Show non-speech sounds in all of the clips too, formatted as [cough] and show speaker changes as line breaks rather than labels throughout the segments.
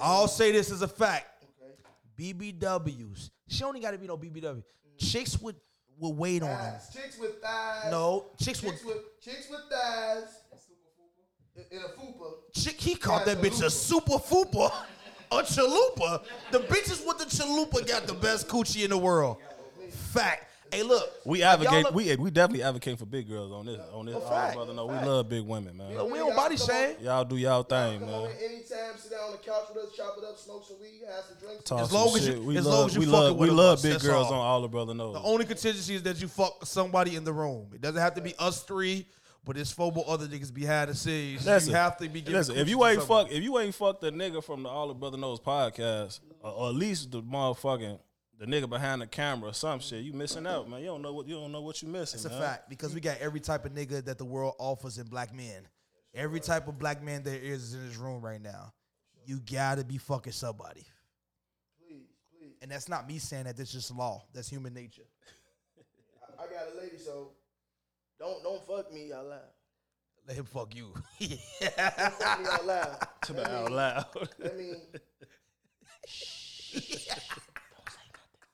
I'll say this as a fact. BBWs. She only got to be no BBW. Chicks would would wait on her.
Thighs. Chicks with thighs.
No, chicks would.
Chicks with chicks with thighs. In in a fupa.
Chick, he called that bitch a super fupa, a chalupa. The bitches with the chalupa got the best coochie in the world. Fact. Hey, look.
We
Y'all
advocate.
look-
We we definitely advocate for big girls on this. On this,
A fact.
brother. No, we love big women,
look,
man.
we don't body shame.
Y'all do y'all thing,
Come
man.
over anytime, sit down on the couch with us, chop it up, smoke some weed, have some drinks.
Talk
As
some
long as
shit.
you-
we
as
love,
long as you
we
fucking
love,
with
we
them,
love
that's
big girls
all.
on all the brother knows.
The only contingency is that you fuck somebody in the room. It doesn't have to be us three, but it's four more other niggas behind the scenes.
Listen,
you have to be giving
Listen, if
coochie
you
to
ain't
somebody.
fuck, if you ain't fuck the nigga from the All the Brother Knows podcast, or, or at least the motherfucking the nigga behind the camera or some shit, you missing out, man. You don't know what you don't know what you missing.
It's a
man.
fact because we got every type of nigga that the world offers in black men. Every type of black man there is is in this room right now. You gotta be fucking somebody.
Please, please.
And that's not me saying that. That's just law. That's human nature.
I, I got a lady, so don't don't fuck me out loud.
Let him fuck you. [laughs]
Don't fuck me out loud.
To the out loud. [laughs]
I mean,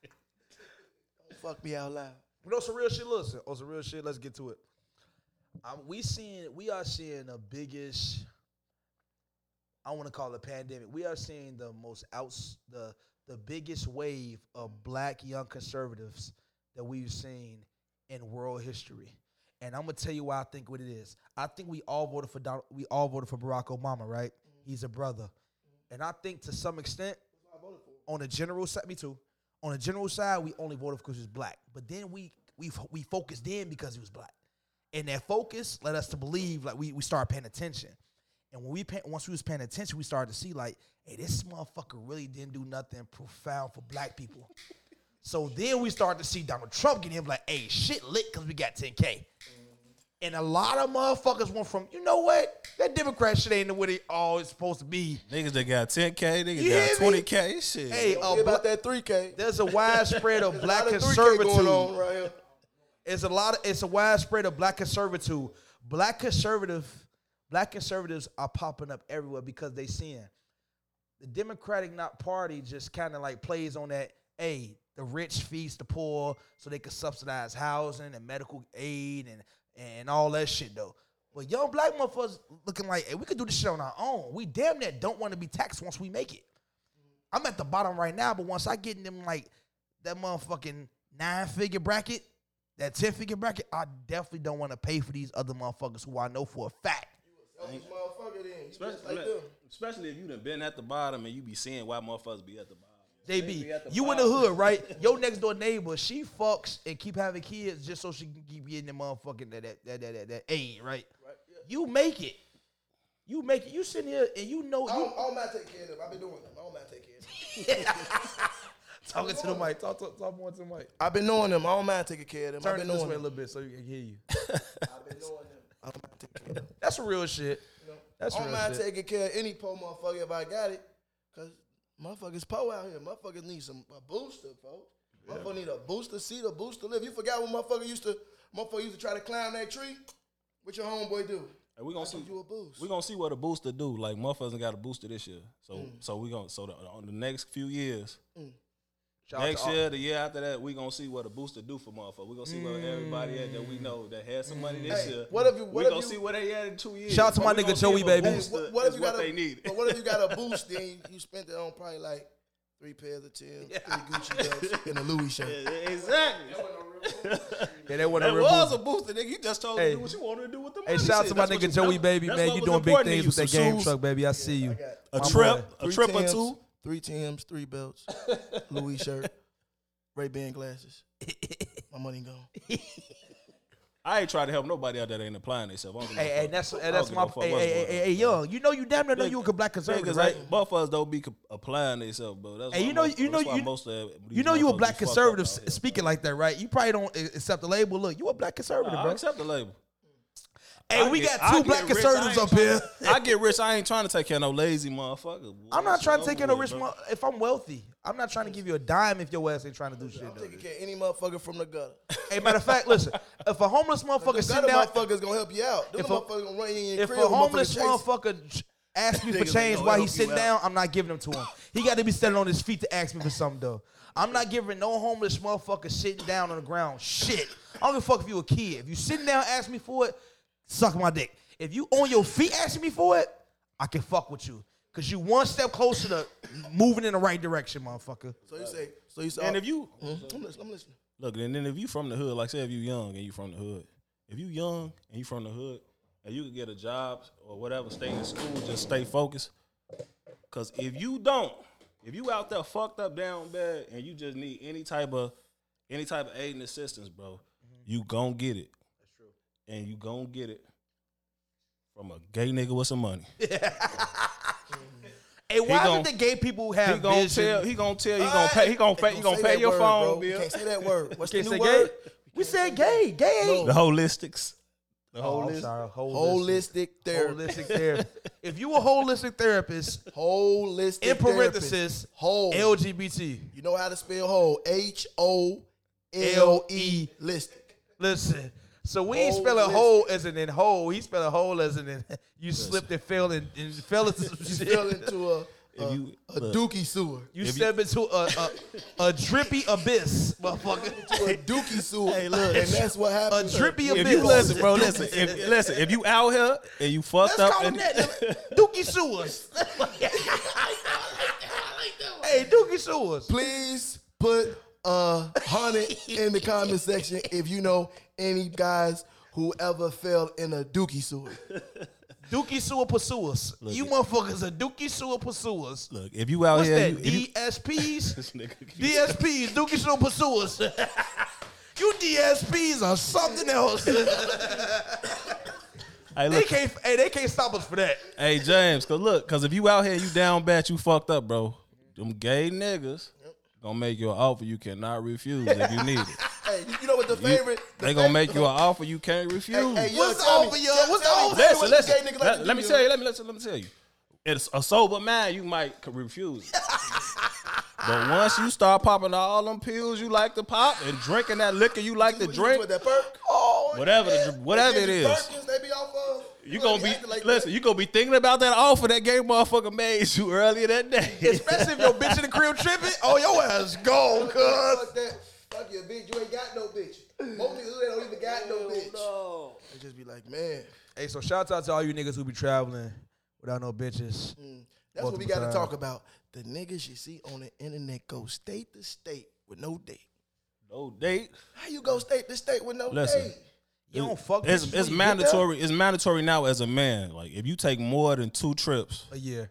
don't fuck me out loud.
You know some real shit. Listen, on some real shit. Let's get to it. Um, we seeing, we are seeing the biggest. I want to call it pandemic. We are seeing the most outs, the the biggest wave of black young conservatives that we've seen in world history. And I'm gonna tell you why I think what it is. I think we all voted for Donald. We all voted for Barack Obama, right? He's a brother, and I think to some extent, on a general side, me too. On a general side, we only voted because he was black. But then we we we focused in because he was black, and that focus led us to believe like we we started paying attention. And when we pay, once we was paying attention, we started to see like, hey, this motherfucker really didn't do nothing profound for black people. so then we started to see Donald Trump get him like, hey, shit lit because we got 10k. And a lot of motherfuckers went from, you know what, that Democrat shit ain't what it all is supposed to be.
niggas that got 10K, niggas
You
got
hear me?
20K. Shit.
Hey,
Don't
uh,
forget
black,
about that 3K.
there's a widespread of black
There's [laughs] a lot of 3K going
conservatism.
on right here.
It's a lot. Of, it's a widespread of black conservative. Black conservative. Black conservatives are popping up everywhere because they seeing the Democratic not party just kind of like plays on that. Hey, the rich feeds the poor, so they can subsidize housing and medical aid and and all that shit though. But young black motherfuckers looking like, hey, we could do this shit on our own. We damn near don't want to be taxed once we make it. I'm at the bottom right now, but once I get in them like that motherfucking nine figure bracket, that ten figure bracket, I definitely don't want to pay for these other motherfuckers who I know for a fact.
Selfish motherfucker then. You just
especially,
like them.
especially if you done been at the bottom and you be seeing why motherfuckers be at the bottom. Maybe
JB,
at the
you in the
bottom.
hood, right?
[laughs]
Your next door neighbor, she fucks and keep having kids just so she can keep getting the motherfucking that that that that, that, that aid, right? You make it. You make it. You sitting here and you know
I
you
don't, I don't mind taking care of them. I've been doing them. I don't mind taking care of them.
talking to the mic. Talk talk talk more to the mic.
I've been knowing them. I don't mind taking care of them. I've
Turn it
been
this
knowing
way a
them.
little bit so you can hear you. [laughs]
I've been knowing them. I don't mind taking care of them.
That's some real shit. That's
I
real
don't mind
shit.
taking care of any poor motherfucker if I got it. Cause motherfuckers poor out here. Motherfuckers need some a booster, folks. Motherfucker need a booster seat, a booster lift. You forgot what motherfucker used to motherfucker used to try to climb that tree? What your homeboy do?
And we gonna
Give
see
you a boost.
we gonna see what a booster do. Like motherfuckers got a booster this year. So
Hmm.
so we gonna so the, on the next few years.
Shout out
Next
to all-
year, the year after that, we gonna see what a booster do for motherfuckers. We gonna see where everybody at that we know that had some money this
Hmm. Hey,
year.
what if you- what
we
if
gonna
you-
see where they at in two years.
Shout out to
So
my
we
nigga
gonna
Joey,
give a
baby.
Hey,
booster
what, what if
is
you got
what
a,
they needed. [laughs]
But what if
[laughs]
you got a boost then you, you spent it on probably like three pairs of Tim's, three Gucci belts, and a Louis shirt.
exactly.
Yeah, that wasn't
That
a real
was
booster.
a booster, nigga. You just told
Hey.
me what you wanted to do with the money.
Hey, shout out to
Shit,
my
that's what you-
nigga Joey
that-
Baby,
that's
man.
what
You
was
doing big
important to
things
you.
with
Some
that game
shoes,
truck, baby. I see you.
A
My
trip,
boy.
a
Three
trip or
Timbs,
two.
Three Tim's, three [laughs] belts, Louis shirt, Ray Ban [laughs] glasses. My money gone.
I ain't trying to help nobody out that ain't applying themselves. I don't give no
Hey, hey,
fuck.
that's
I
hey,
don't
that's
give
my
no fuck
hey,
what's
hey, hey,
going on.
hey, yo. You know you damn near know you a black conservative,
Niggas,
right?
ain't- motherfuckers don't be co- applying themselves, bro. That's
Hey,
why
you know-
most-
you know
that's why
you-
most of these
You know you a
motherfuckers
black
be fucked up
conservative
out
s-
here.
speaking like that, right? You probably don't a- accept the label. Look, you a black conservative,
I
bro.
accept the label.
Hey,
I
we
get-
got
I
two
get
black
rich, I
conservatives
ain't
up
tryna-
here.
I get rich. I ain't trying to take care of no lazy motherfucker. boy.
I'm not
Shit,
trying to take
over
in a
with,
rich.
bro.
Mo- if I'm wealthy, I'm not trying to give you a dime if your ass ain't trying to do shit.
I'm
though.
taking care of any motherfucker from the gutter.
Hey, matter of fact, listen. If a homeless motherfucker
The
sit
gutter
down,
motherfuckers gonna help you out. Them
If a-
motherfuckers gonna run in your
if
crib.
a homeless
motherfucker, chase you.
motherfucker ch- ask me
Niggas
for
ain't
change while
gonna help you
he's sitting
out.
down, I'm not giving them to him. He got to be standing on his feet to ask me for something, though. I'm not giving no homeless motherfucker sitting down on the ground shit. I don't give a fuck if you a kid. If you sitting down ask me for it, suck my dick. If you on your feet asking me for it, I can fuck with you. Cause you one step closer to moving in the right direction, motherfucker.
So you say, so you say,
And if you uh,
Mhm. I'm listening, I'm listening.
look, and then if you from the hood, like say if you young and you from the hood, if you young and you from the hood, and you can get a job or whatever, stay in school, just stay focused. Cause if you don't, if you out there fucked up down bad and you just need any type of any type of aid and assistance, bro,
Mm-hmm.
you gon' get it. That's true. And you gon' get it from a gay nigga with some money.
Hey, why
gon-
did the gay people
He
have
gon'
vision?
tell. He gon' tell. He gon' pay. He gon' pay. He gon'
Ah, Say
pay
that
your
word,
phone
bro. You
bill.
Can't say that word. What's
Can't
the
say
new
gay.
word?
We said gay. Gay ain't.
The holistics. The
Oh, I'm
holistic.
sorry. Holistic.
Holistic therapy.
Holistic therapy. If you a holistic therapist,
Holistic.
in
therapist.
parenthesis,
whole.
LGBT.
you know how to spell whole? H O L E listic.
Listen. So we ain't
Holistic.
spelling whole as in in whole. He spelling whole as in in you slipped and fell and, and fell into some
You [laughs]
shit.
fell into a a,
you-
a
look.
dookie sewer.
you step into a, a a drippy abyss, motherfucker.
To a dookie sewer.
Hey, look.
and that's what
A
happens.
drippy
when-
abyss.
If you listen,
[laughs]
bro, listen. If listen, if you out here and you
Let's
fucked up,
call him
and,
that. Dookie Sewers. hey, Dookie Sewers.
Please put a hundred in the comment section if you know any guys who ever fell in a dookie sewer.
Dookie Sewer Pursuers. you motherfuckers are Dookie Sewer Pursuers.
look, if you out
What's
here,
that?
you, if you-
[laughs] DSPs?
this nigga,
DSPs, Dookie Sewer Pursuers. [laughs] you DSPs are something [laughs] else.
hey,
they
look,
can't hey, they can't stop us for that.
hey, James, cause look, cause if you out here, you down bad, you fucked up, bro. Them gay niggas gonna make you an offer you cannot refuse if you need it.
[laughs] Hey, you know what the
You-
favorite? the
they gonna
favorite-
make you
[laughs]
an offer you can't refuse.
Hey, hey, yo,
What's
tell me-
over, yo?
tell-
What's
tell me-
over?
tell me
Listen,
what the
listen.
gay nigga like
Let,
to
let
do,
me
yo.
tell you. Let me let, let me tell you. It's a sober mind. You might c-
[laughs]
refuse, it. but once you start popping all them pills you like to pop and drinking that liquor you like to
What you do
drink,
with that perk?
Oh,
whatever the, whatever it
Jimmy
is,
Perkins, they be off of.
you
know,
gonna
they
be
acting like
listen. You gonna be thinking about that offer that gay motherfucker made you earlier that day.
especially if your bitch in the crib tripping, oh your ass gone,
that.
cuz.
Fuck that. Fuck your bitch. You ain't got no bitch. Most niggas they don't even got no bitch. They just be like, man,
Hey, so shout out to all you niggas who be traveling without no bitches.
that's what we got to
Multiple
talk about. The niggas you see on the internet go state to state with no date.
[laughs] no date.
How you go state to state with no
Listen.
date?
You don't fuck bitches
It's, it's
when you get
mandatory. It's mandatory now as a man. Like if you take more than two trips,
there? A year.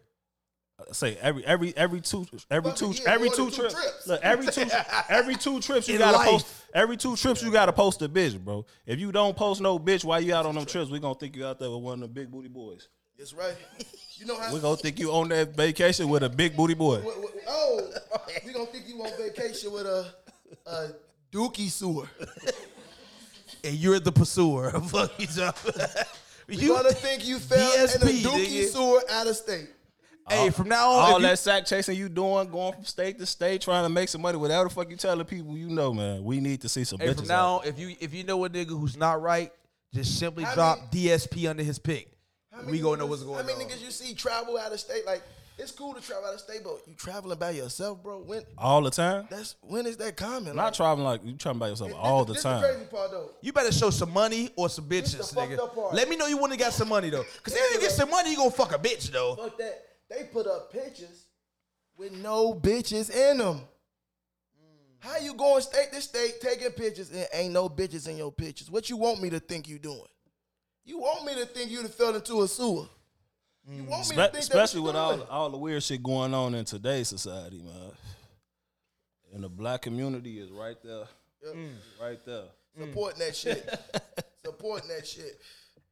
say every every every two every
Fuck
two
yeah,
every
more
two,
than two
trips.
trips.
Look, every two every two trips you
In
gotta
life.
post. Every two trips you gotta post a bitch, bro. If you don't post no bitch while you out on them trips, we gonna think you out there with one of the big booty boys.
That's right. [laughs] You know how. [laughs]
We gonna think you on that vacation with a big booty boy.
Wh- wh- Oh, we gonna think you on vacation with a a dookie sewer.
And you're the pursuer. [laughs] fuck you, John.
You
You
gonna think you fell
DSP,
in a dookie
nigga.
sewer out of state?
Hey, from now on,
All
Oh, if you-
that sack chasing you doing, going from state to state, trying to make some money. Whatever the fuck you telling people, you know, man, we need to see some
Hey,
bitches.
from
out
now on, if you if you know a nigga who's not right, just simply drop DSP under his pick.
How many
We gonna know
niggas-
what's going
How many
on.
niggas you see travel out of state? Like it's cool to travel out of state, but you traveling by yourself, bro. When
all the time.
that's when is that common?
Not traveling like you traveling by yourself all the
this
time.
The crazy part though.
You better show some money or some bitches,
the fucked up
nigga.
part.
Let me know you wanna got some money though, cause if you get some money, you gonna fuck a bitch though.
Fuck that. They put up pictures with no bitches in them. How you going state to state taking pictures and ain't no bitches in your pictures? What you want me to think you doing? You want me to think you done fell into a sewer? You want me to
Spe-
think
especially with
that what you
all all the weird shit going on in today's society, man. And the black community is right there, right there.
doing? Mm. supporting that shit,
[laughs]
supporting that shit.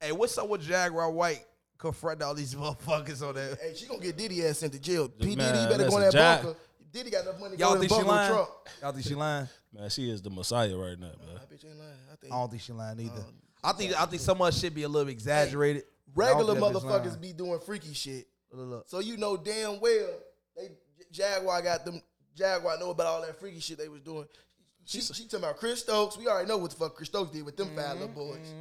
Hey, what's up with Jaguar White confronting all these motherfuckers on that?
Hey, she gonna get Diddy ass sent to jail. P Diddy,
Man,
you better go in
listen,
that
Jack-
bunker. Diddy got enough money. to
Y'all
go in
think
the
she
bunker with
lying?
Trump.
Y'all think she lying?
Man, she is the messiah right now, man.
That bitch ain't lying. I think
I don't think she lying either. I think I think some of us should be a little exaggerated.
regular
I don't think that bitch
motherfuckers
lying.
be doing freaky shit.
Look, look.
So you know damn well they Jaguar got them. Jaguar know about all that freaky shit they was doing. She, she talking about Chris Stokes. We already know what the fuck Chris Stokes did with
Mm-hmm,
them five little boys.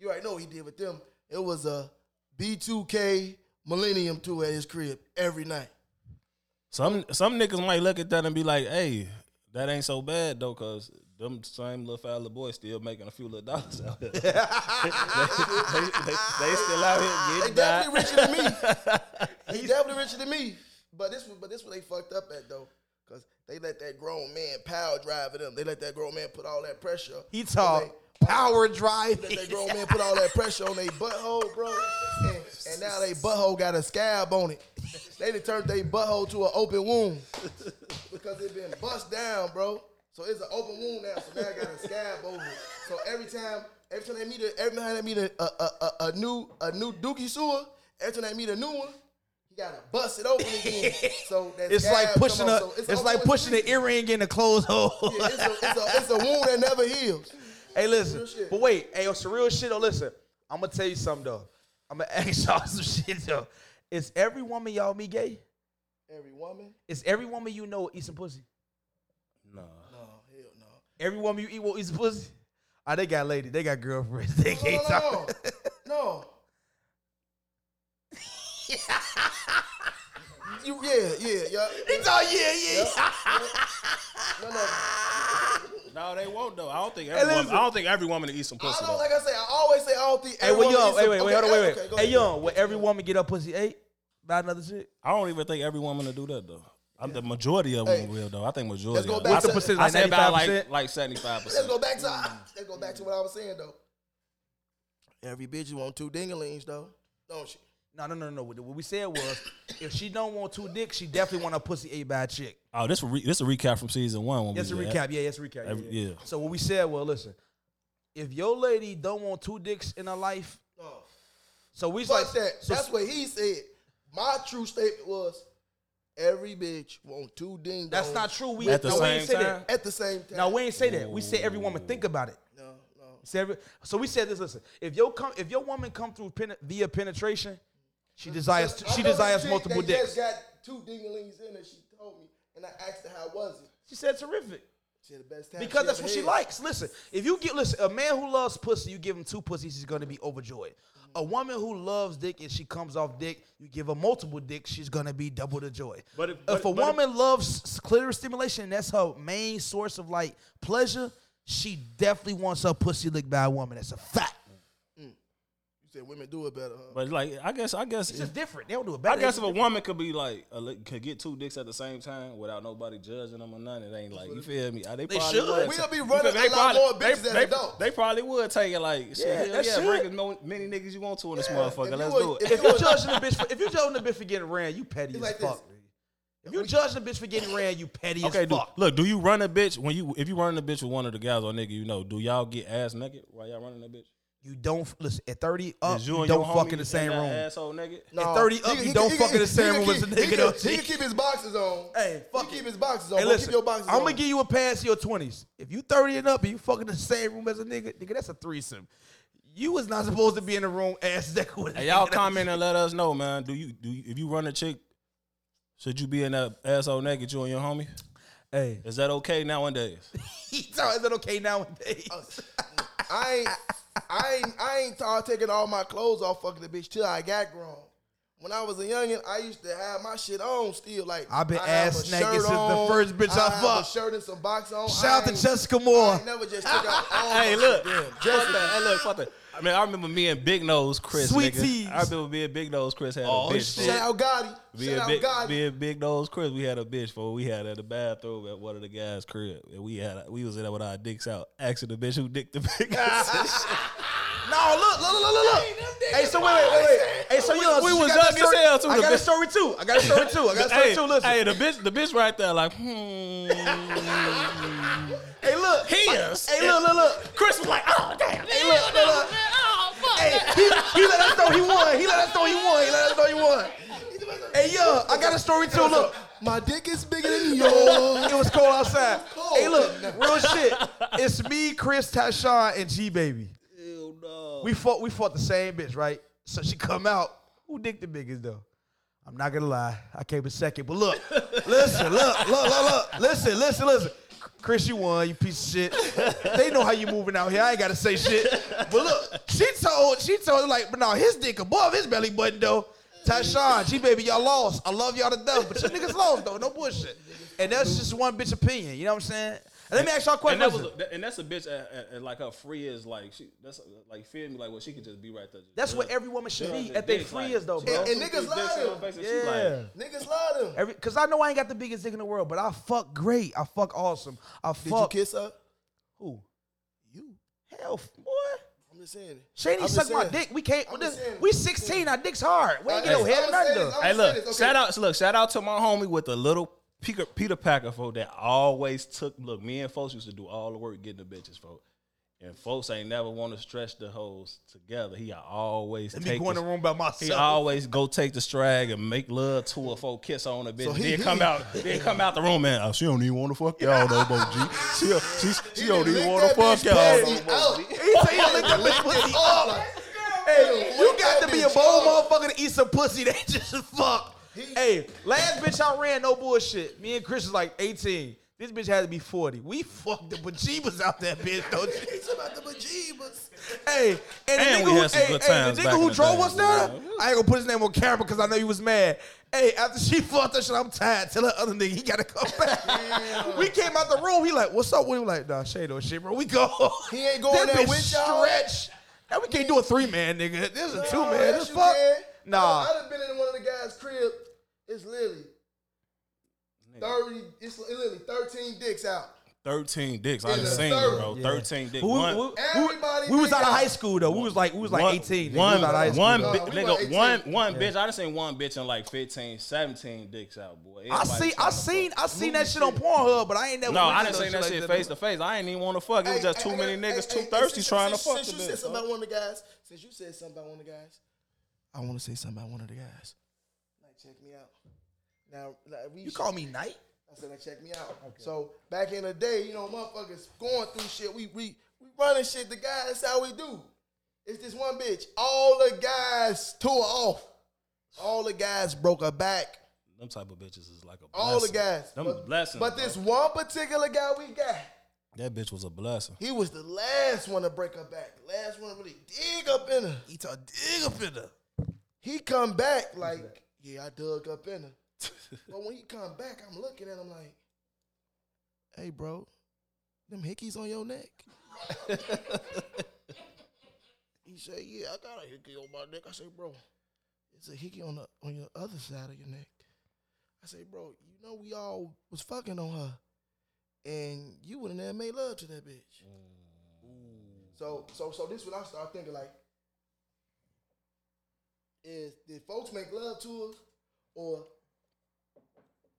You already know what he did with them. It was a B2K Millennium Two at his crib every night.
Some some niggas might look at that and be like, "Hey, that ain't so bad though, cause them same little fat little boys still making a few little dollars out here. [laughs] they, they, they- they still out here
They definitely
getting that.
richer than me.
[laughs]
They definitely richer than me. But this was but this what they fucked up at though. Cause they let that grown man power drive at them. They let that grown man put all that pressure.
He
on
talk
they-
power
Let that
driving.
grown man put all that pressure on their butthole, bro. And, and now they butthole got a scab on it. They done turned their butthole to an open wound because it been bust down, bro. So it's an open wound now. So now I got a scab over it. So every time, every time they meet a, every time they meet a, a, a, a, a new a new Dookie sewer, every time they meet a new one, he gotta bust it open again. So that
It's
scab
like
come
pushing
out.
a.
So
It's,
open
like
wound
pushing an
disease.
earring in a closed hole.
Yeah,
[laughs]
It's a, it's, a, it's a wound that never heals.
Hey, listen.
Real shit.
But wait, hey, it's real shit. Oh, listen. I'm gonna tell you something though. I'm gonna [laughs] ask y'all some shit though. Is every woman y'all meet gay?
Every woman?
Is every woman you know eat some pussy?
Nah,
No, Oh, hell no.
Every woman you eat will eat some pussy. Ah, they got lady. They got girlfriends. [laughs] They can't
no, no,
talk.
No.
[laughs]
you, yeah, yeah, yeah.
It's all yeah, yeah.
No, no.
no, they won't though. I don't think every woman,
listen.
I don't think every woman to eat some
I
pussy.
don't
though.
like I say. I always say I don't think.
Hey, well,
everyone
young.
is
Hey,
a-
wait, wait,
okay,
hold on, wait, wait.
okay, go
hey,
ahead.
young. Will every woman get up pussy eight? Buy another shit?
I don't even think every woman to do that though. I'm the majority of
Hey,
them will though. I think majority.
go
of
back to-
them. I,
What's
said-
the
I
percentage,
say
like
about
95%?
like like seventy five
Let's
percent.
go back to.
Mm.
[laughs] Let's go back to what I was saying though. Every bitch you want two dingalings though, don't she?
No, no, no, no. What we said was, if she don't want two dicks, she definitely want a pussy ate by a chick.
Oh, this re- this a recap from season one. When
That's a
we did
recap.
that.
Yeah, that's a recap. Yeah,
Every-
yeah.
yeah.
So what we said was, listen, if your lady don't want two dicks in her life,
No.
so we
Fuck
like
that.
So,
That's what he said. My true statement was, every bitch want two ding.
that's
dongs
not true. We
At the
no, we ain't
same
say
time?
that.
At the same time.
No, we ain't say that. We said every woman think about it.
No, no.
Say every- So we said this. Listen, if your come, if your woman come through pen, via penetration, she desires
I
she
know this
desires
chick
multiple
that
dicks.
Just got two dinglings in her. She told me, and I asked her how was it.
She said terrific
She had the best time.
because that's
ever
what she
had.
likes. Listen, if you get listen, a man who loves pussy, you give him two pussies, he's gonna be overjoyed. A woman who loves dick and she comes off dick, you give her multiple dicks, she's gonna be double the joy.
But if-
if
but-
a
but if-
woman loves s- clitoral stimulation, and that's her main source of like pleasure. She definitely wants her pussy licked by a woman. That's a fact.
You said women do it better. Huh?
But like, I guess I guess
It's just different. They don't do it
I
better.
guess if a woman could be like a li- could get two dicks at the same time without nobody judging them or nothing, it ain't like you feel me. Uh, They, probably
should.
would.
We'll be
You
running
feel me? They
a lot more
they-
bitches than
they,
adults.
They probably would take it like shit.
Yeah,
Yeah,
that
yeah,
should.
bring as mo- many niggas you want to in this
Yeah, if
motherfucker.
you
Let's
would-
do
if
it.
if [laughs] you're judging a bitch, for, if you're judging a bitch for getting ran, you petty as
like
fuck.
this.
nigga. If you judging a bitch for getting ran, you petty
Okay,
as
do,
fuck.
look, do you run a bitch when you if you running a bitch with one of the guys or nigga you know? Do y'all get ass naked while y'all running a bitch?
You don't listen at thirty up.
Is
You,
and your
Uh, don't fuck
homie
in the same
that
room.
Asshole naked.
At 30 up,
He-
you
he-
don't
he-
fuck in the
he-
same
he
room
can
as a
keep-
nigga,
he can-
though,
He
G.
can keep his boxes on.
Hey, fuck
He
it.
keep his boxes on.
Hey,
Don't
listen,
keep your boxes
I'm
on.
gonna give you a pass to your twenties. If you thirty and up and you fucking the same room as a nigga, nigga, that's a threesome. You was not supposed to be in the room ass naked with a
Hey, y'all
nigga. That's-
comment and let us know, man. Do you do you, if you run a chick, should you be in that asshole naked you and your homie?
[laughs] Hey,
Is that okay [laughs] nowadays?
he talking, is it okay nowadays?
I ain't, I ain't, I ain't tired of taking all my clothes off fucking the bitch till I got grown. When I was a youngin', I used to have my shit on still. Like
I been
I have
ass
a
naked
shirt
since the
on,
first bitch I
have
fucked.
A shirt and some box on.
Shout out
I
to
ain't-
Jessica
I
Moore.
ain't never just
[laughs]
took out all my
Hey,
shit.
look,
Damn,
fuck Oh, that. Hey, look, fuck that. I mean, I remember me and Big Nose Chris.
Sweet
nigga.
teas.
I remember me and Big Nose Chris had
Oh,
a bitch.
shit.
fool.
Shout out Gotti.
Me
Shout
and,
out
Big,
Gotti.
me and Big Nose Chris, we had a bitch for we had at the bathroom at one of the guys' crib, and we had we was in there with our dicks out, asking the bitch who dicked the [laughs] biggest.
No, look, look, look, look, look. look. Hey, so wait, wait, wait, wait. Hey, so
We-
yo,
we
she
was
got that
young as
story-
hell, too,
I
the
got a
bitch.
story too. I got a story too. I got a story
[laughs] hey,
too. Listen,
hey,
hey,
the bitch, the bitch right there, like, hmm.
look,
[laughs] He is.
Hey, look, look, look.
Chris was like, oh damn.
Hey, look, look, look. Hey, he, he let us know he won. He let us know he won. He let us know he won. Hey, yo, I got a story too. Look,
My dick is bigger than yours.
it was cold outside. Hey, look, real shit. It's me, Chris, Tashawn, and G Baby. We fought. We fought the same bitch, right? So she come out. Who dick the biggest though? I'm not gonna lie. I came in second, but look, listen, look, look, look, look, listen, listen, listen. Chris, you won, you piece of shit. They know how you moving out here. I ain't gotta say shit. But look, she told, she told like, but no, his dick above his belly button though. Tyshawn, G baby, y'all lost. I love y'all to death, but you niggas lost though. No bullshit. And that's just one bitch opinion. You know what I'm saying? And let me ask y'all a question.
And that was a, that- and that's a bitch. At, at- at, like her free is like she that's like feel me like well she could just be right there.
That's what every woman should be at their free is though, bro.
And- and niggas lying.
Yeah.
Niggas love them.
Every, Cause I know I ain't got the biggest dick in the world, but I fuck great. I fuck awesome. I
Did
fuck
you kiss her?
who?
You.
Hell, f- boy.
I'm just saying.
Shady
I'm just
sucked my
saying.
dick. We can't.
I'm
this-
just saying.
we 16. Our dick's hard. We ain't
I-
get no
I-
head
I'm
or nothing.
saying
though.
this, I'm
Hey, look!
serious, okay.
Shout out! Look, shout out to my homie with the little Peter, Peter Packer folk that always took. Look, me and folks used to do all the work getting the bitches folk, and folks ain't never want to stretch the hoes together. He always
Let me
take
go in
the-
the room by
He
myself.
always go take the strag and make love to her, folk kiss on a bitch.
So he-
then
he-
come out, then come out the room, man. Oh, she don't even want to
[laughs]
fuck y'all no more, G. She, she, she,
You
don't
done
even
licked
want to
that bitch
fuck y'all no
pussy
more.
[laughs] out.
He said he licked that bitch pussy all up. Hey, you got to be a bold motherfucker to eat some pussy [laughs] that just fuck. Hey, last bitch I ran, no bullshit. Me and Chris was like 18. This bitch had to be 40. We fucked the bejeebus out that bitch, don't you?
It's about the bejeebus.
Hey, and,
And
the nigga
we
who,
had some
hey,
good
hey, the
times
nigga
back
who
in the
drove
day,
us there,
you
I ain't gonna put his name on camera because I know he was mad. Hey, after she [laughs] fucked that shit, I'm tired. Tell her other nigga he gotta come back. we came out the room. He like, what's up? We were like, nah, shade or shit, bro. We go.
He ain't going
That
there
bitch
with y'all? Oh,
Stretch. Now we can't do a three man, nigga. This is a two man.
yes,
This
you
fuck.
can. Oh,
Nah.
I, I done been in one of the guys' crib. It's Lily. Thirty. It's literally thirteen dicks out.
Thirteen dicks. I
Yeah,
just seen it, bro. Thirteen dicks.
But we-
One-
we- we-
Everybody
we was
think
out of
I-
high school though. We was like, we was like 18. nigga. We
One,
was out of high school,
one,
though.
bi-
No, we
nigga,
were 18.
one, one bitch. I just seen one bitch in like 15, 17 dicks out, boy.
I
Everybody
see, I
trying to
seen,
fuck.
I seen that shit on Pornhub, but I ain't never.
No,
went
I
to
didn't see that
like
shit face to face. I ain't even want to fuck. It was just too many niggas too thirsty trying to fuck the
Since you said
bitch.
something
bro.
about one of the guys, since you said something about one of the guys, I want to say something about one of the guys. Like, check me out. Now, like, we
You call me night?
I said, now check me out. So back in the day, you know, motherfuckers going through shit. We we we running shit. The guys, that's how we do. It's this one bitch. All the guys tore off. All the guys broke her back.
Them type of bitches is like a blessing.
All the guys.
Them
but,
blessings.
But
bro.
this one particular guy we got,
that bitch was
[laughs]
a blessing.
he was the last one to break her back. Last one to really dig up in her.
He talk dig up in her.
He come back like, yeah, I dug up in her. but when he come back, I'm looking at him like, hey, bro, them hickeys on your neck. [laughs] he said, yeah, I got a hickey on my neck. I say, bro, it's a hickey on the on your other side of your neck. I say, bro, you know we all was fucking on her, and you wouldn't have made love to that bitch. So, so, so this is what I start thinking like. Is did folks make love to us, or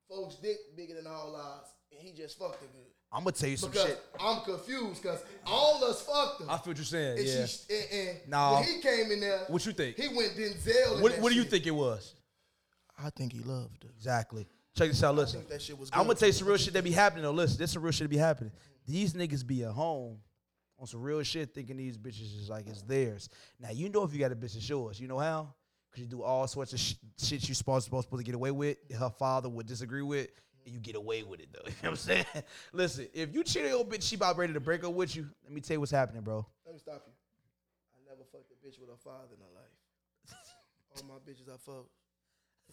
folks dick bigger than all lies, and he just fucked her good?
I'm gonna tell you some
Because
shit.
I'm confused, cause all us fucked her.
I feel what you're saying.
And
yeah.
she, and, and
Nah.
when he came in there,
What you think?
He went Denzel. in
what
that
What do you
shit.
think it was?
I think he loved her.
Exactly. Check this out. Listen,
think that shit was
I'm gonna
good.
tell you some real shit that be happening. Though, listen, this some real shit that be happening. These niggas be at home on some real shit, thinking these bitches is like it's theirs. Now you know if you got a bitch it's yours. You know how? Cause you do all sorts of sh- shit you supposed supposed to get away with. Her father would disagree with. And you get away with it though. [laughs] You know what I'm saying? Listen, if you cheat on your bitch, she about ready to break up with you. Let me tell you what's happening, bro.
Let me stop you. I never fucked a bitch with a father in her
[laughs]
life. all my bitches I fucked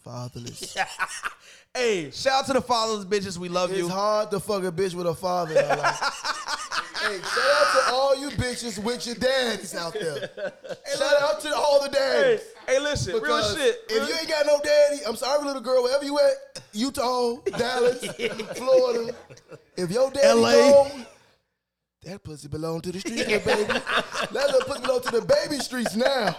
fatherless.
Hey, shout out to the fathers, bitches. We love you.
It's hard to fuck a bitch with a father in
[laughs]
her life. hey, shout out to all you bitches with your daddies
[laughs]
out there. shout out to all the
Hey,
daddies.
hey, listen,
Because
real shit.
If you ain't got no daddy, I'm sorry, little girl, wherever you at,
[laughs]
Utah, Dallas, Florida, if your daddy
LA.
gone, that pussy belong to the streets, little
[laughs]
baby. That little pussy belong to the baby streets now.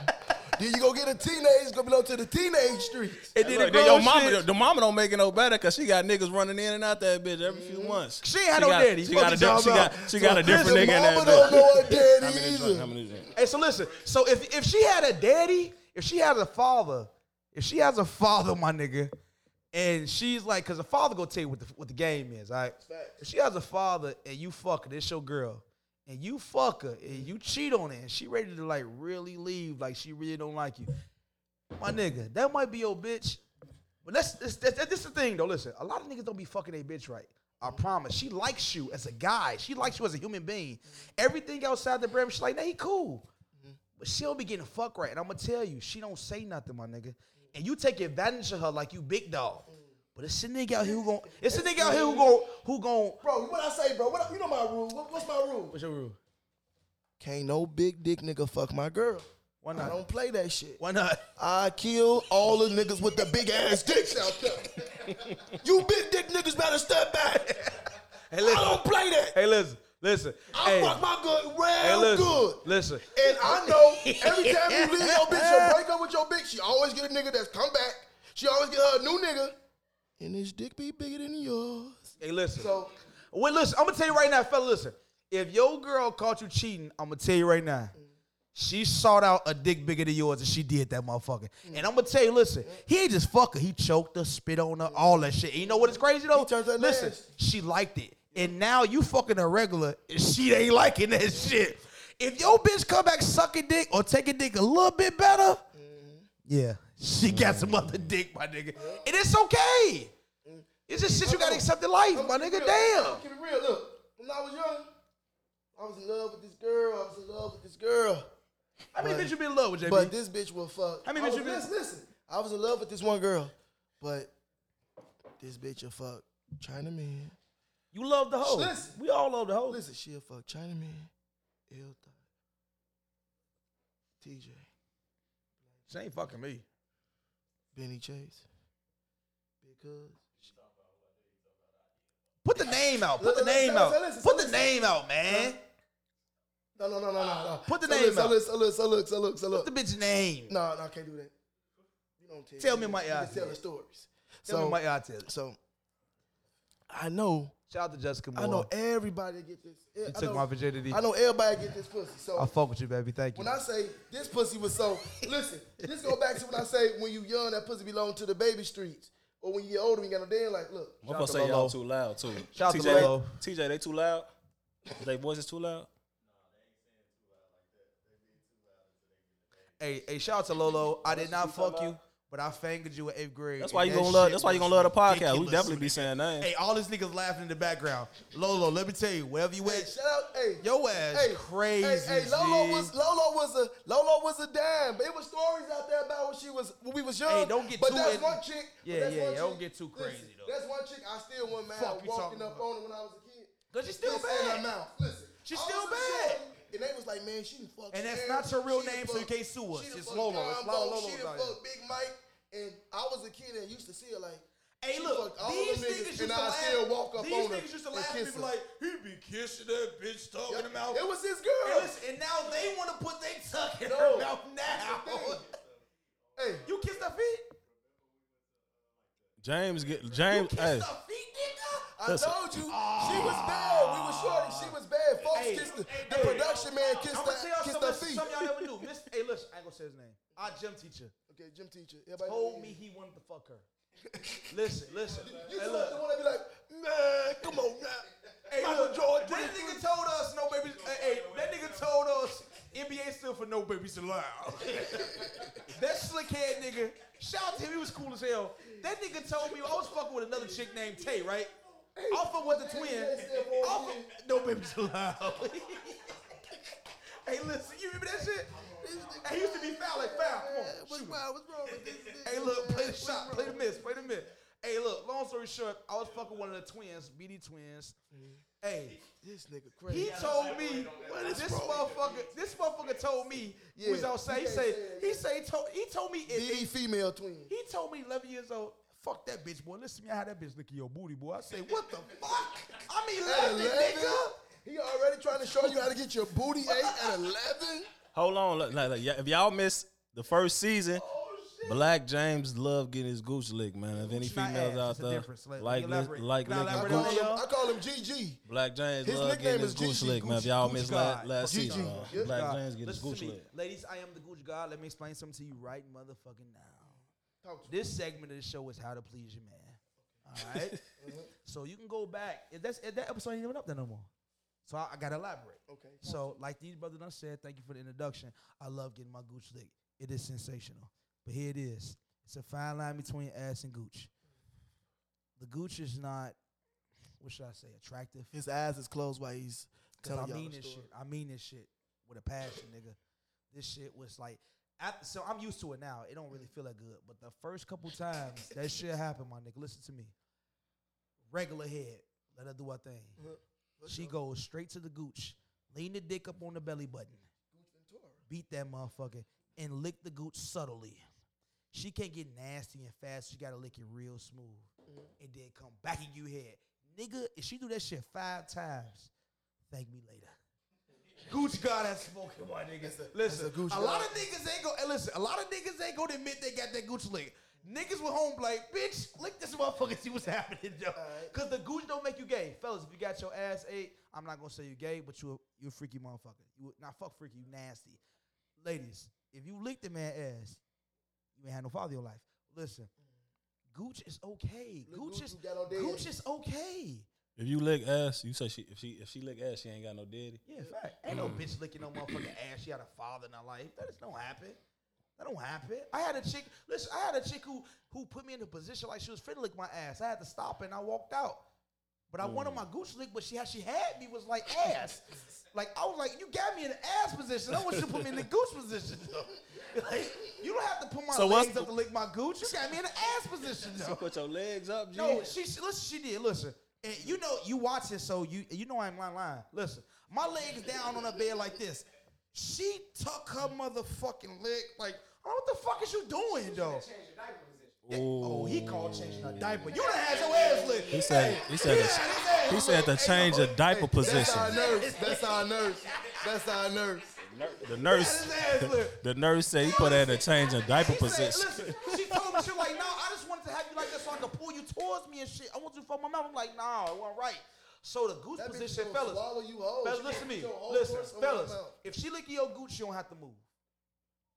Then you go get a teenage, it's gonna belong to the teenage streets.
and
Look,
the
then your
grown
mama,
shit-
the mama don't make it no better because she got niggas running in and out that bitch every few months.
Mm-hmm. She ain't had no
got,
daddy.
She
Fuck
got, a
you
di-
talking
she got,
about.
she got a
So
different
Your
nigga in that
mama
bitch.
don't know her
How
daddy
many drink- how
either.
many drink?
Hey, so listen. So if if she had a daddy, if she had a father, if she has a father, my nigga, and she's like, cause the father gonna tell you what the what the game is, all right?
Facts.
If she has a father and you fuck her, this your girl, and you fuck her and you cheat on her, and she ready to like really leave, like she really don't like you, my nigga, that might be your bitch. But that's this, this, this the thing though. Listen, a lot of niggas don't be fucking their bitch right. I
Mm-hmm.
promise. She likes you as a guy. She likes you as a human being.
Mm-hmm.
Everything outside the brim, she's like, nah, he cool. But she don't be getting fucked right. And I'm gonna tell you, she don't say nothing, my nigga. and you take advantage of her like you big dog.
Mm-hmm.
But it's a nigga out here who gon' it's a nigga out here who gon' who gon'
Bro, what I say, bro? What, you know my rule. What, what's my rule?
what's your rule?
Can't no big dick nigga fuck my girl.
Why
I
not?
don't play that shit.
Why not?
I kill all the niggas with the big ass dicks out there.
[laughs]
you big dick niggas better step back.
Hey
I
listen,
don't play that.
[laughs] hey listen, listen.
I
hey,
fuck my good
hey,
real
listen,
good.
listen.
And I know every time you leave your bitch, you break up with your bitch. She always get a nigga that's come back. She always get her a new nigga. And his dick be bigger than yours.
Hey listen.
So
Wait, listen, I'm gonna tell you right now, fella. Listen, if your girl caught you cheating, I'm gonna tell you right now. She sought out a dick bigger than yours, and she did that motherfucker. And I'm gonna tell you, listen, he ain't just fuck her. He choked her, spit on her, all that shit. And you know what is crazy though?
turned her
listen,
nasty.
she liked it, and now you fucking a regular, and she ain't [laughs] liking that shit. If your bitch come back sucking dick or taking dick a little bit better, yeah, she got some other dick, my nigga, and it's okay. It's just shit you gotta accept in life, my
keep
nigga.
it real.
Damn.
Keep it real. Look, when I was young, I was in love with this girl. I was in love with this girl.
How many bitches you been in love with, JB?
But this bitch will fuck.
How many
I
bitch
was-
you been-
Listen, listen. I was in love with this one girl, but this bitch will fuck China man.
you love the hoe.
Listen.
We all love the hoe.
Listen, she'll fuck China man, ill thought, TJ.
She ain't fucking me.
Benny Chase. Because
Put the name out. Put the
Listen, listen,
name out.
listen, listen,
Put the
listen.
name out, man.
no no no no no no.
Put the
so
name
look,
out.
So look so look so look so look
Put
so look.
the bitch name.
No no I can't do that. You don't tell.
Tell
you
me my
you just
idea.
Tell the stories.
Tell
so
me my y'all tell it.
so I know
Shout out to Jessica Moore.
I know everybody get this.
you
I
took
know,
my virginity.
I know everybody get this pussy. So
I fuck with you, baby. Thank you.
When I say this pussy was so, listen, this go back to when I say when you young, that pussy belong to the baby streets. Or when you get older, you got no damn like, look,
I'm
Shout out
gonna
to
say
Lolo.
y'all too loud too.
Shout out to
TJ,
Lolo.
They, TJ, they too loud. They voices too loud.
hey, hey, shout out to Lolo. I did not fuck you, but I fangled you in eighth grade.
That's
and
why you
that
gonna love.
shit
That's why you
was
gonna love the podcast. We
ridiculous.
definitely be saying names.
Hey, all these niggas laughing in the background. Lolo, let me tell you, wherever you
hey,
at,
shout out, hey,
Yo ass crazy,
Hey, hey, Lolo
G.
was Lolo was a Lolo was a dime, but it was stories out there about when she was when we was young.
Hey, don't get
but
too
that's
in-
one chick. but
Yeah,
that's
yeah, yeah,
one chick-
don't get too crazy, though.
That's one chick I still went mad
Fuck you
walking
talking
up
about?
on her when I was a kid.
Cause she's still
Kiss in her
bad.
mouth. Listen,
She's
I
still
was in
bad.
shorty, And they was like, man, she done fucked
And that's
Cher,
not your real
she done
name, so you
fucked-
can't sue us.
she done
It's
fucked
Lolo.
John
It's Lolo
Bo,
Lolo
She
out
done
here.
fucked Big Mike, and I was a kid and used to see her like.
Hey,
she
look,
fucked all
these
them
niggas, used
and
to
I
laugh.
still walk up
these
on her
niggas used to
and
laugh
kiss
and be
her.
like, he be kissing that bitch tongue in the mouth.
It was his
And,
girl.
listen, and now they want to put their tongue in her
No.
mouth now.
hey,
[laughs] you kiss her feet?
James get
You
James.
kiss her
Hey,
feet,
I
Listen.
told you she was bad. We was shorty. She was bad. Folks
Hey,
kissed the,
hey,
the
hey.
production man kissed
nigga? I'm
her,
going to tell y'all
kissed
something,
her
something
feet.
y'all never knew. Miss, hey, listen, I ain't going to say his name. Our gym teacher
[laughs] Okay, gym teacher. Everybody
told
[laughs]
me he wanted to fuck her. Listen, listen. hey,
You just
look.
the one that be like, man, come on now.
Hey, look,
Michael Jordan.
That nigga told us no babies. Hey, hey, that nigga told us NBA still for no babies
[laughs]
allowed. that slick head nigga. Shout out to him. He was cool as hell. That nigga told me I was fucking with another chick named Tay, right? Alpha was the twin. Alpha, no babies allowed. [laughs] hey, listen, you remember that shit? Hey, he used to be foul like foul. Come on,
What's
shoot.
wrong? What's wrong
[laughs]
with this? nigga,
Hey, look,
man?
play the
What's
shot,
wrong?
play the miss, play the miss. Hey, look, long story short, I was fucking one of the twins, BD twins.
Mm-hmm.
Hey,
This nigga
he
crazy.
told me this motherfucker, this motherfucker told me we was
Yeah,
outside. He
yeah,
say,
yeah,
he say, to, he told me,
He,
it, it-
female twin.
he told me 11 years old. Fuck that bitch, boy. Listen to me, how that bitch look at your booty, boy. I say, what the fuck? I'm 11, nigga.
He already trying to show you how to get your booty ate at 11?
hold on. Like, like, yeah, if y'all miss the first season, Black James love getting his gooch licked, man. If any
Gooch my
females
ass.
out
It's a
there
difference. Like,
like
can
this,
elaborate-
like
can
licking
I
elaborate
call
on
gooch,
him,
y'all?
I call him GG.
Black James
His
love
nickname
getting his
is
gooch
Gucci,
licked, man. If
Gucci,
y'all
Gucci
miss last,
God.
last
Gucci
season,
God.
man, Black
God.
James getting his
Listen
gooch
to me.
licked.
Ladies, I am the Gucci God. Let me explain something to you right motherfucking now.
Talk to
This segment of the show is how to please your man. All
[laughs]
right? so you can go back. If that's if that episode ain't even up there no more. So I, I gotta elaborate.
Okay.
So, like these brothers done said, thank you for the introduction. I love getting my gooch licked. It is sensational. But here it is. It's a fine line between ass and gooch. The gooch is not, what should I say, attractive.
His eyes is closed while he's
Cause
telling
I
y'all
mean
the
this
story.
shit. I mean this shit with a passion, nigga. This shit was like after, so I'm used to it now. It don't really feel that good. But the first couple
[laughs]
times that shit happened, my nigga, listen to me. Regular head, let her do her thing. She goes straight to the gooch, lean the dick up on the belly button, beat that motherfucker, and lick the gooch subtly. She can't get nasty and fast. She gotta lick it real smooth, and then come back in you head, nigga. If she do that shit five times, thank me later. Gooch God has spoken, my niggas. Listen,
Gooch
a lot
God.
of niggas ain't gonna listen. A lot of niggas ain't gonna admit they got that Gooch lick. Niggas with home like, bitch, lick this motherfucker, [laughs] see what's happening, yo.
Alright.
Cause the Gooch don't make you gay, fellas. If you got your ass ate, I'm not gonna say you gay, but you a, you a freaky motherfucker. You a- not fuck freaky, you nasty. Ladies, if you lick the man ass, you ain't had no father in your life. Listen, Gooch is okay.
Mm. Look,
Gooch
Gooch
is
you got on dead.
Gooch is okay.
If you lick ass, you say she if she if she lick ass, she ain't got no daddy.
Yeah, fact. Ain't no bitch licking no motherfucking ass. She had a father in her life. That just don't happen. That don't happen. I had a chick. Listen, I had a chick who who put me in a position like she was finna lick my ass. I had to stop and I walked out. But I wanted my gooch lick, but she how she had me was like ass. Like I was like, you got me in the ass position. I want you to put me in the gooch position. though. [laughs] Like you don't have to put my
So what's
legs
the-
up to lick my gooch. You got me in the ass position.
You
Though.
put your legs up, G.
No, she, she listen. She did. Listen, and you know you watch it, so you you know I'm lying. lying. Listen, my legs down on her bed like this. She tuck her motherfucking leg like. Oh, what the fuck is you doing, though? Yeah, Oh, he called changing her diaper. You done had your ass licked.
He said he said the, he said to change a diaper
That's
position.
our nerves. That's our nerves. That's our nerves.
The
Had
nurse
his ass
[laughs]
licked.
the nurse said he put her in a change a diaper
She said,
position.
listen, she told me she was like, no, I just wanted to have you like that so I could pull you towards me and shit. I want you to fuck my mouth. I'm like, nah, it wasn't right. So the goose
That bitch
position,
gonna
fellas.
swallow you whole.
Fellas,
She
listen to
gonna
me.
put your whole
Listen,
torso in her
fellas.
mouth.
If she lick your gooch, she don't have to move.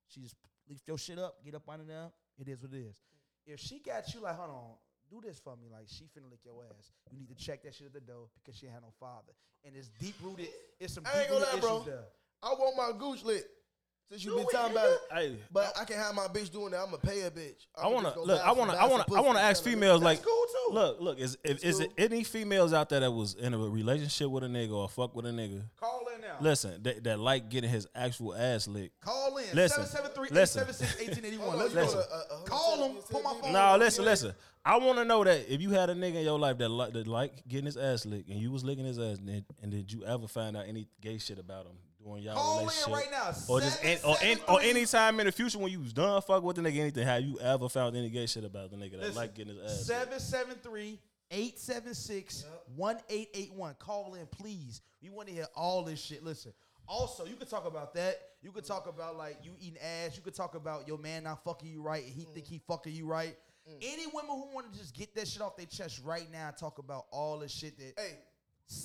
She just lift your shit up, get up under there. It is what it is. If she got you like, hold on, do this for me, like she finna lick your ass. You need to check that shit at the door because she ain't had no father, and it's deep rooted. It's some
I ain't
deep
gonna
rooted
lie,
issues
bro.
there.
I want my gooch lit. Since you
Do
been
it, nigga.
talking about it.
Hey,
But I can have my bitch doing that. I'm gonna pay a bitch.
I
I'ma
wanna
just go
look.
buy
I
some-
wanna.
buy
I
some
wanna. I
pussy
wanna
and
ask
tell her,
females like,
That's cool too.
look, look. Is if is it any females out there that was in a relationship with a nigga or fuck with a nigga?
Call in now.
Listen, that, that like getting his actual ass licked.
Call in.
Listen.
773-876-1881.
Hold on,
Let's
you
go.
know the, uh, uh,
Call him.
hotel
Put my
business
phone.
No,
on
listen,
mute.
listen. I want to know that if you had a nigga in your life that like that like getting his ass licked and you was licking his ass, and, then- and did you ever find out any gay shit about him during y'all
Call in
relationship?
right now,
or just an- or, an- or
773.
any time in the future when you was done fuck with the nigga, anything? Have you ever found any gay shit about the nigga that like getting his ass? licked?
773 876 1881. Call in, please. We want to hear all this shit. Listen. Also, you could talk about that. You could talk about like you eating ass. You could talk about your man not fucking you right and he think he fucking you right. Any women who want to just get that shit off their chest right now and talk about all this shit that
Hey,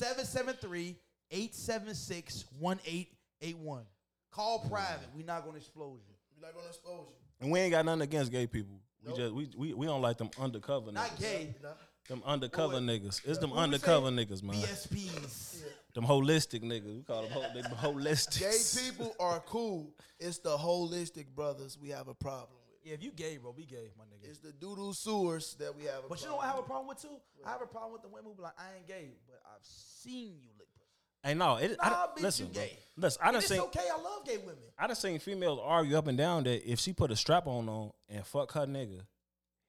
773 876 1881. Call private. We're not going to explode you.
we not gonna expose you.
And we ain't got nothing against gay people. We just we, we we don't like them undercover
Not
niggas.
gay.
Nah.
Them undercover niggas. It's them
we say?
undercover niggas, man.
BSPs.
Them holistic niggas. We call them, hol- they holistic.
Gay people are cool. It's the holistic brothers we have a problem with.
Yeah, if you gay, bro, be gay, my nigga.
It's the doodle sewers that we have a
But you know what I have a problem with too? I have a problem with the women who be like, I ain't gay, but I've seen you lick pussy.
Hey, no, it, I,
Nah,
don't-
bitch,
listen,
you
bro.
gay.
listen. I
And
done
it's
seen
okay, I love gay women.
I done seen females argue up and down that if she put a strap on on and fuck her nigga,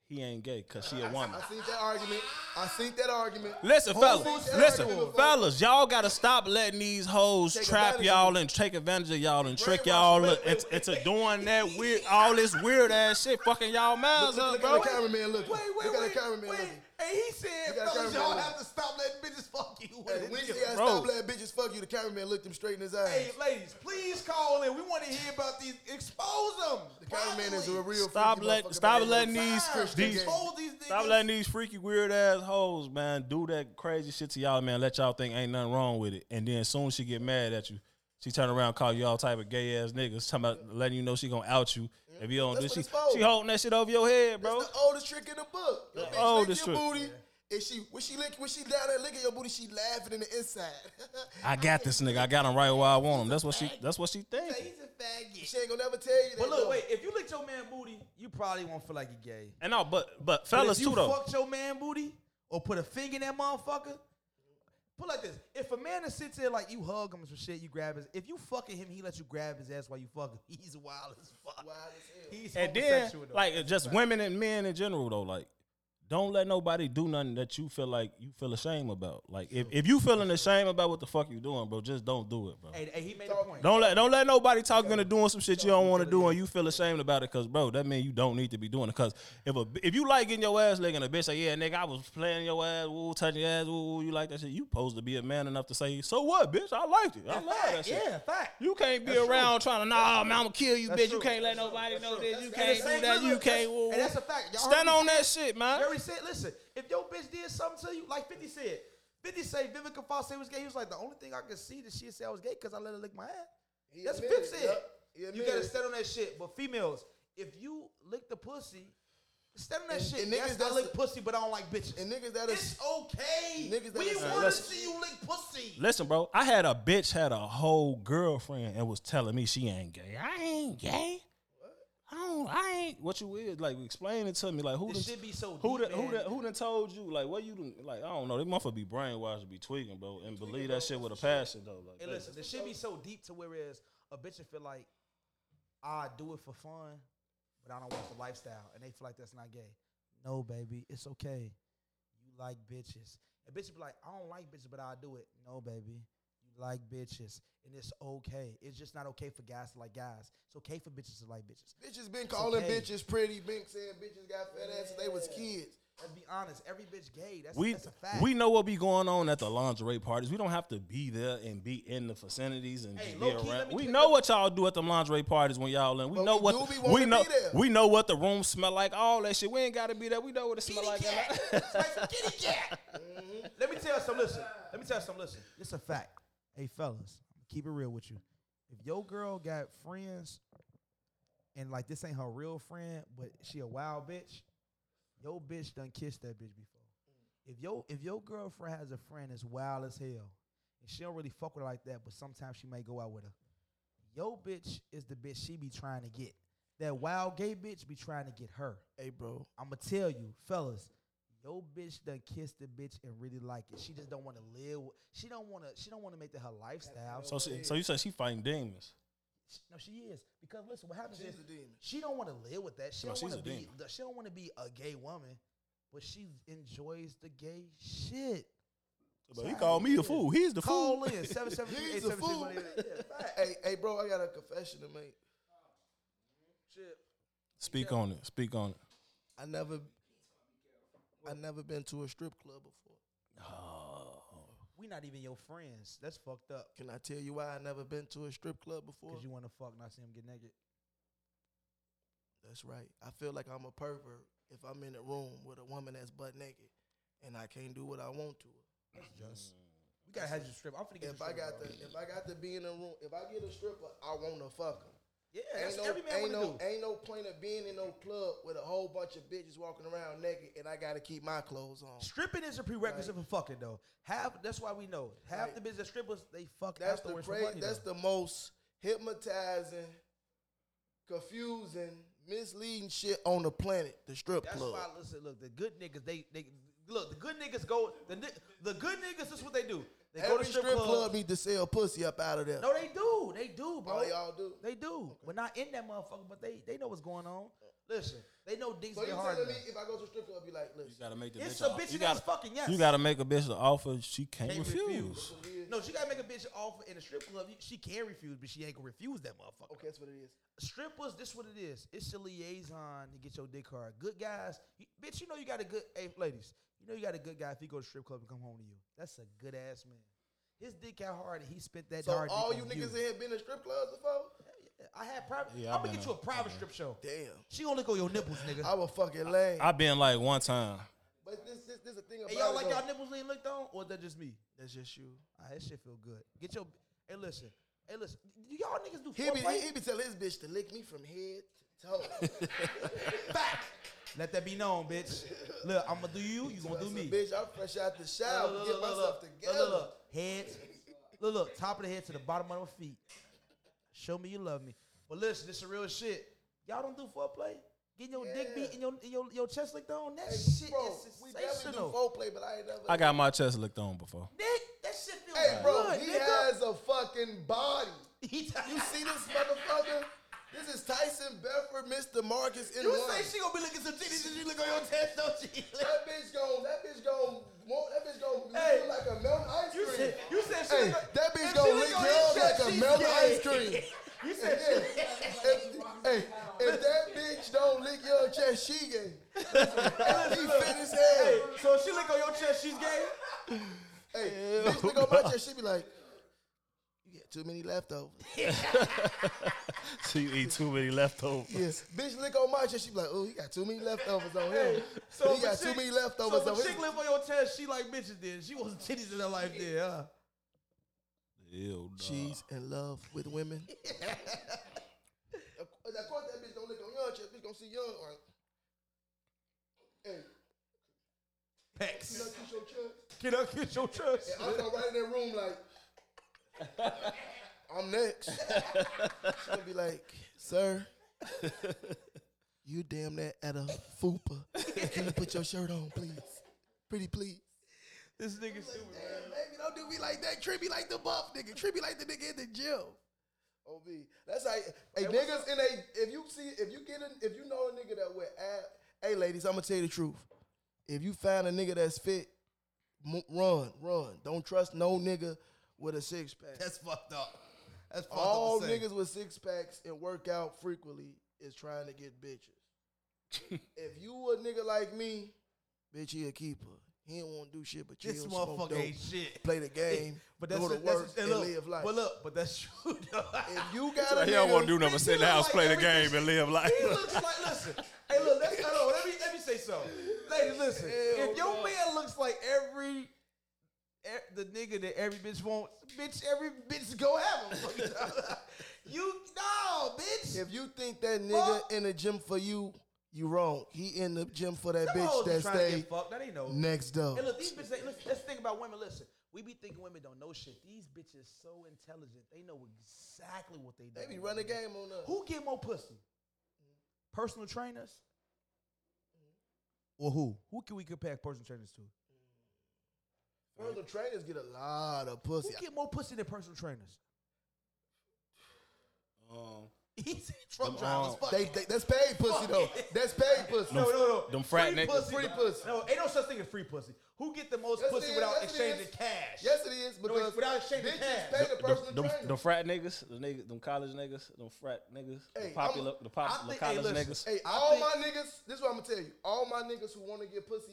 he ain't gay because she a woman.
I seen that argument. I seen that argument.
Listen,
Hoes
fellas.
ain't that
Listen,
arguable, folks.
fellas. Y'all gotta stop letting these hoes
Take
trap
advantage
y'all and take advantage of y'all and trick
Brainwash
y'all
them.
into, into doing that weird, all this weird ass shit, fucking y'all mouths
Look
up,
at the
bro.
cameraman looking.
Wait, wait,
Look at
wait.
the cameraman
wait.
looking.
And he said,
Look at the
fellas,
cameraman
y'all
looking.
have to stop letting bitches fuck you.
Hey, when you gotta
Hey,
Bro.
stop letting bitches fuck you, the cameraman looked him straight in his eyes.
ladies, please call in. We want to hear about these. Expose them.
the cameraman is a real
Stop
freaky
let-
motherfucker,
stop
but they
letting
look
these
fine.
Christian
Christian
gays-
gay.
Expose these niggas.
Stop letting these freaky weird ass hoes, man, do that crazy shit to y'all, man. Let y'all think ain't nothing wrong with it, and then as soon as she get mad at you, she turn around and call you all type of gay ass niggas, talking about letting you know she gonna out you if you don't do
That's
she.
what it's for.
She holding that shit over your head, bro.
That's the oldest trick in the book. Your
The
bitch
oldest
lick your
trick.
booty. And she when she lick when she down there licking your booty, she laughing in the inside.
I got this nigga. I got him right where I want him. That's what she. That's what she thinking.
faggot.
[laughs] she ain't gonna never tell you that.
But look,
though.
wait. If you licked your man booty, you probably won't feel like you gay.
And no, but but
But
fellas
if you
too though.
fucked your man booty or put a finger in that motherfucker, Put it like this: If a man that sits there like you hug him or some shit, you grab his. If you fucking him, he let you grab his ass while you fucking. [laughs] He's wild as fuck.
Wild as hell.
He's
And then,
homosexual. though.
like, it's just women and men in general, though, like, don't let nobody do nothing that you feel like you feel ashamed about. Like, if, if you feeling ashamed about what the fuck you doing, bro, just don't do it, bro.
hey, hey, he made a point.
Don't let don't let nobody talk you into doing some shit you don't want to do and you feel ashamed about it, cause bro, that mean you don't need to be doing it. Cause if a if you like getting your ass licked and a bitch say, yeah, nigga, I was playing your ass, woo, touching your ass, woo, woo, you like that shit, you supposed to be a man enough to say, so what, bitch? I liked it. I love that
Fact,
shit.
yeah, fact.
You can't be around trying to nah, man, I'm gonna kill you,
That's
bitch.
true.
You can't let nobody know this. You
And the
can't
same-
do that.
look,
You
look,
can't.
that's-
woo,
And that's
woo.
a fact. Y'all
Stand
heard me
on that shit, man.
Jerry said, listen, if your bitch did something to you, like 50 said, 50 said Vivica Fox said was gay. He was like, the only thing I could see that she said I was gay because I let her lick my ass.
He
That's what
admitted
Pip
it,
said.
yup. He
You
admitted
gotta
it.
stand on that shit. But females, if you lick the pussy, stand on that
And-
shit.
and niggas,
yes, I
that's
lick
the-
pussy, but I don't like bitches.
And niggas that is
it's okay.
Niggas, that
we
is-
want to
Listen.
see you lick pussy.
Listen, bro, I had a bitch had a whole girlfriend and was telling me she ain't gay. I ain't gay. I don't. I ain't. What you is like? Explain it to me. Like who?
This
done-
shit be so
Who
deep,
done, who
man.
done, who done told you? Like what you done, like? I don't know. They motherfucker be brainwashed, to be tweaking, bro, and believe that shit with a passion though. Like,
Hey,
that-
listen, this shit be so deep to whereas a bitch would feel like I do it for fun, but I don't want the lifestyle, and they feel like that's not gay. No, baby, it's okay. You like bitches, and bitches be like, I don't like bitches, but I do it. No, baby, you like bitches, and it's okay. It's just not okay for guys to like guys. It's okay for bitches to like bitches.
bitches been calling
okay.
bitches pretty, been saying bitches got fat asses. They was kids.
Let's be honest. Every bitch gay. That's,
we
that's a fact.
we know what be going on at the lingerie parties. We don't have to be there and be in the vicinities and
Hey,
just
low-key,
be
let
around.
me
We
take
know
a-
what y'all do at the lingerie parties when y'all in. We
But
know
we
what
do be
the-
wanting
we
to
know.
be there.
We know what the room smell like. All that shit. We ain't got to be there. We know what it smell
kitty
like.
cat.
[laughs]
It's like some kitty cat.
Mm-hmm.
Let me tell you something. Listen. Let me tell you something. Listen. It's a fact. Hey, fellas, keep it real with you. If your girl got friends, and like this ain't her real friend, but she a wild bitch, your bitch done kissed that bitch before. If your if your girlfriend has a friend that's wild as hell, and she don't really fuck with her like that, but sometimes she may go out with her. Yo bitch is the bitch she be trying to get. That wild gay bitch be trying to get her.
Hey, bro.
I'ma tell you, fellas, your bitch done kissed the bitch and really like it. She just don't want to live. with- She don't want to. She don't want to make that her lifestyle.
[laughs] So, she, so you said she fighting demons.
She- no, she is because listen, what happens
She's
is
a demon.
she don't want to live with that. She
No,
don't
she's
want to
a
be.
demon.
the- She don't want to be a gay woman, but she enjoys the gay shit.
But he called me a fool. He's the
Call
fool.
in seven seven three eight
He's a
seven six
fool.
one
[laughs]
eight.
hey, hey, bro, I got a confession to make.
[laughs] Speak on it. Speak on it.
I never, I never been to a strip club before.
We not even your friends. That's fucked up.
Can I tell you why I never been to a strip club before?
Cause you want to fuck, not see him get naked.
That's right. I feel like I'm a pervert if I'm in a room with a woman that's butt naked, and I can't do what I want to. her.
We gotta have you strip. I'm finna get
If I got to,
the
if I got to be in a room, if I get a stripper, I want to fuck her.
yeah.
Ain't
That's
no,
every man
ain't
wanna
no,
do.
ain't no point of being in no club with a whole bunch of bitches walking around naked, and I got to keep my clothes on.
Stripping is a prerequisite for fucking though. Half that's why we know half
Like,
the business strippers they fuck
That's the
afterwards for
crazy.
money.
That's
though.
the most hypnotizing, confusing, misleading shit on the planet. The strip
That's
club.
why listen, look, the good niggas they they look the good niggas go the ni- the good niggas this is what they do. They
Every
go to strip,
strip
clubs.
club need to sell pussy up out of there.
no, they do, they do, bro.
Oh, they all do?
They do. We're not in that motherfucker, but they they know what's going on. Listen, they know dicks
so
get
you
hard.
telling me
enough.
if I go to a strip club, be like,
You
listen,
gotta make the
It's
bitch
a bitch
you
that's
gotta,
fucking yes.
You gotta make a bitch the offer she can't,
Can't
refuse.
refuse.
yeah,
No, she gotta make a bitch offer in a strip club. you- She can refuse, but she ain't gonna refuse that motherfucker.
okay, that's what it is.
strippers, this what it is. It's your liaison to get your dick hard. Good guys, you- bitch, you know you got a good. Hey, ladies, you know you got a good guy if he go to strip club and come home to you. That's a good ass man. His dick got hard and he spent that.
So
hard
all
dick
you
on
niggas in here been to strip clubs before?
I had private.
Yeah,
I'm
I've
gonna
been
get you a
out.
private strip show.
Damn,
She gonna lick on your nipples, nigga.
I was fucking lame.
I been like one time.
but this, this, this is the thing about
hey, y'all
it,
like
though.
y'all nipples ain't licked on, or is that just me?
That's just you.
Ah, that shit feel good. Get your. Hey, listen. Hey, listen. Do y'all niggas do
He be,
foreplay?
he, he be telling his bitch to lick me from head to [laughs] toe.
Fact. Let that be known, bitch. Look, I'm gonna do you. You gonna do me.
Bitch, I'm fresh out the shower.
Look,
get
look, look,
myself
look, look,
together.
Look, look, head. Look, look, top of the head to the bottom of the feet. Show me you love me. But listen, this is real shit. Y'all don't do foreplay? Getting your dick beat and your, and your your chest licked on? That
Hey,
shit
bro,
is
we definitely do
sensational.
foreplay, but I ain't never.
[laughs] I got my chest licked on before.
Nick, that
Hey, bro,
Look,
he
nigga.
has a fucking body.
He t-
You see this motherfucker? This is Tyson Bedford, Mr. Marcus
[laughs]
in
You
one.
say she gonna be looking some titties and she look on your chest, don't she? [laughs]
that bitch gon' that bitch gon' want that bitch gon'
Hey,
look like a melting ice
You
cream.
said you said she
Hey,
look-
that bitch
if
gonna
she look
lick
on
your
your
ass
chest,
like a
she's
melted
gay.
ice cream.
You said
[laughs]
she
If, if- hey, if that bitch don't lick your chest, she gay. He fit his head.
Hey, so if she lick on your chest, she's gay.
Hey, bitch, lick on my chest. She be like, you get too many leftovers.
So you eat too many leftovers.
Yeah, bitch, lick on my chest. She be like, oh, he got too many leftovers on him.
Hey, so
he
if a
got
chick-
too many
So
leftovers
if a
on him.
chick lick on your chest, she like bitches. Then she wants titties in her life. Then huh?
Ew, dog.
She's in love with women.
[laughs]
of course, of course that bitch don't lick on young chest. Bitch gonna see young. Or, hey, you
pecs.
not kiss your chest.
Can I kiss your chest?
And I'm gonna right in that room like, [laughs] I'm next. She gonna be like, sir, you damn that at a fupa. Can you put your shirt on, please? Pretty please.
This nigga stupid, man.
Damn, baby, don't do me like that. Treat me like the buff nigga. Treat me like the nigga in the gym. Ob, that's like hey, niggas in a if you see if you get in if you know a nigga that wear ab. Hey, ladies, I'm gonna tell you the truth. If you find a nigga that's fit, m- run, run. Don't trust no nigga with a six pack.
That's fucked up. That's fucked
All
up. to say.
niggas with six packs and work out frequently is trying to get bitches. [laughs] if you a nigga like me, bitch, he a keeper. He don't want to do shit but chill,
This
smoke
motherfucker
dope,
ain't shit.
play the game,
But that's
go to
that's-
work,
hey,
and
look,
live life.
But look, but that's [laughs] true. though.
if
[laughs]
you got a
He don't want
nigga-
to do nothing but sit in the house, play the game, and live life.
He looks like listen. Hey, look. That's, hold on. Let me let me say something, lady. Listen.
Hell
if your
no.
man looks like every, e- the nigga that every bitch wants, bitch, every bitch go have him. [laughs] you no, bitch.
If you think that nigga
Fuck.
in the gym for you, you wrong. He in the gym for that
Them
bitch
hoes
that
be trying to
stay
get fucked. That ain't no.
next up.
Hey, look, these bitches. Ain't, listen, let's think about women. Listen, we be thinking women don't know shit. These bitches so intelligent. They know exactly what they do.
They be running game on us.
Who get more pussy? Personal trainers? Or who? Who can we compare personal trainers to?
Personal trainers get a lot of pussy.
Who get more pussy than personal trainers? [laughs]
Um,
Easy truck
Them,
drivers.
um,
Fuck.
They, they, that's paid pussy though. That's paid pussy.
no, no, no.
them frat
free
niggas.
Pussy,
Free
bro.
pussy.
No, ain't no such thing as free pussy. Who get the most
Yes, it
pussy
is.
without
Yes, it
exchanging
is.
cash?
Yes, it is because
it's without exchanging
bitches
cash.
pay the
them,
personal
them,
trainer.
them frat niggas, the niggas, them college niggas, them frat niggas,
Hey,
the popular,
I'm-
the
I
popular
think- hey,
college
listen,
niggas.
Hey, all my niggas, this is what I'm gonna tell you. All my niggas who want to get pussy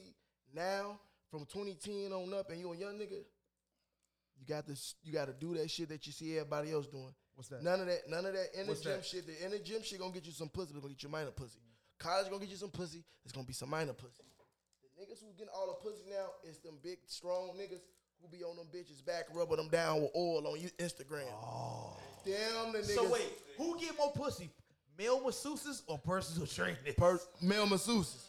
now, from 2010 on up, and you a young nigga, you got this. You got to do that shit that you see everybody else doing.
What's that?
None of that. None of that in the
What's
gym
that?
shit. The in the gym shit gonna get you some pussy. But gonna get you minor pussy. College gonna get you some pussy. It's gonna be some minor pussy. The niggas who getting all the pussy now is them big strong niggas who be on them bitches back rubbing them down with oil on you Instagram. Damn the niggas.
Oh. So wait, who get more pussy? Male masseuses or personal trainers?
per male masseuses.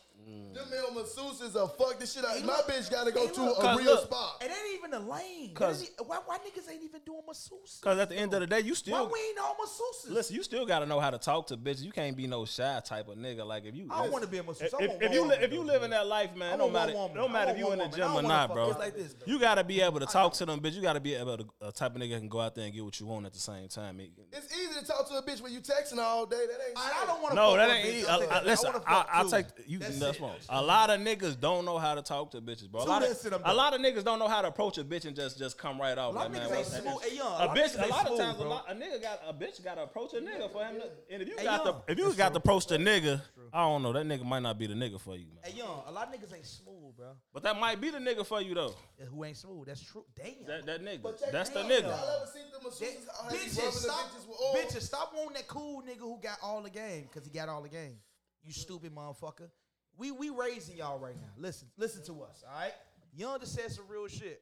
Them male masseuses are fuck the shit out.
Hey,
My
look.
bitch gotta go
Hey,
to
look.
a
'Cause
real
look.
spot.
It ain't even a lane. It
'Cause-
ain't- e- why, why niggas ain't even doing masseuses?
Because at the end of the day, you
why
still
we ain't all masseuses?
listen. You still got to know how to talk to bitches. You can't be no shy type of nigga. Like if you,
I don't want to be a masseuse.
If,
I
if,
want
if
one
you li-
woman,
if you
though,
living
man.
that life,
I
man,
want
no
one
matter
woman.
no
I
matter
want
if you
one
in the
woman. I
gym or
wanna
not,
fuck
bro.
bitches like this, though.
you gotta be able to talk to them, bitch. You gotta be able to a type of nigga can go out there and get what you want at the same time. It-
It's easy to talk to a bitch when you texting her all day. That ain't.
I,
shit.
I don't [laughs] want to.
No,
fuck
that
one
ain't.
bitch.
easy.
I
I,
think
I, listen,
wanna
I,
fuck
I
two.
take you.
That's
That's,
it.
wrong. A lot of niggas don't know how to talk to bitches, bro. A
Two,
lot,
that's
of,
it, I'm
a
done.
lot of niggas don't know how to approach a bitch and just just come right off.
A lot of
Like, man,
niggas ain't
what's that?
smooth. Hey, young.
A
lot of
bitch,
niggas
a
ain't
lot of
smooth,
times, a,
bro.
lot, a nigga got a bitch got to approach a nigga for him. To, and if you
Hey,
got
young.
the if you got to approach the nigga, I don't know that nigga might not be the nigga for you, man.
Hey, young. A lot of niggas ain't smooth, bro.
But that might be the nigga for you though.
Yeah, Who ain't smooth? That's true. Damn.
That that nigga.
But check
That's
it
the
out.
nigga.
Y'all ever seen them
That-
masseuses? How they be
bitches,
rubbing the
stop,
bitches with oil?
bitches, stop wanting that cool nigga who got all the game because he got all the game. You stupid motherfucker. We we raising y'all right now. Listen, listen to us, all right? Young just said some real shit.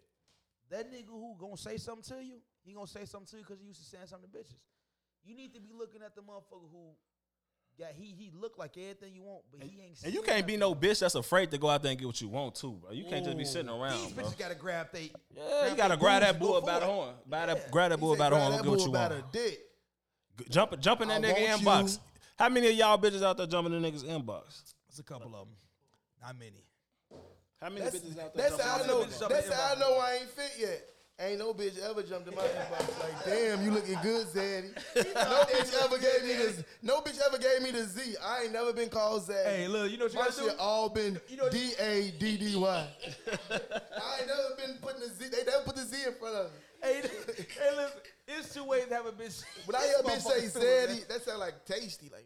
That nigga who gonna say something to you, he gonna say something to you because he used to saying something to bitches. You need to be looking at the motherfucker who got he he look like everything you want, but he ain't.
And you
said
can't be
nothing.
no bitch that's afraid to go out there and get what you want too, bro. You can't just be
Ooh.
sitting around.
[laughs] These
bro.
bitches gotta grab they.
Yeah, you
grab
gotta
they boobs
grab that
and go
bull by the
for it.
horn. By
Yeah.
that, grab that
He
bull
said,
by the
"Grab
horn.
that
Get what
bull
you
by
want.
the dick.
G- Jump, jump in that
I
nigga
want
inbox.
you.
How many of y'all bitches out there jumping in niggas inbox?
It's a couple of them, not many.
How many
That's,
bitches out there?
that's
jumping
how I
in
know.
niggas'
Something
That's how I
about-
know I ain't fit yet. Ain't no bitch ever jumped in my inbox like, damn, you looking good,
[laughs]
Zaddy. No bitch ever gave me this. No bitch ever gave me the Z. I ain't never been called Zaddy.
Hey, look, you know what you
My
gotta do?
shit all been
You know-
D A D
[laughs]
D Y. I ain't never been putting the Z. They never put the Z in front of me.
Hey, hey, listen, it's two ways to have a bitch.
When I hear a bitch say
Motherfucker doing that.
Zaddy, that sound like tasty. Like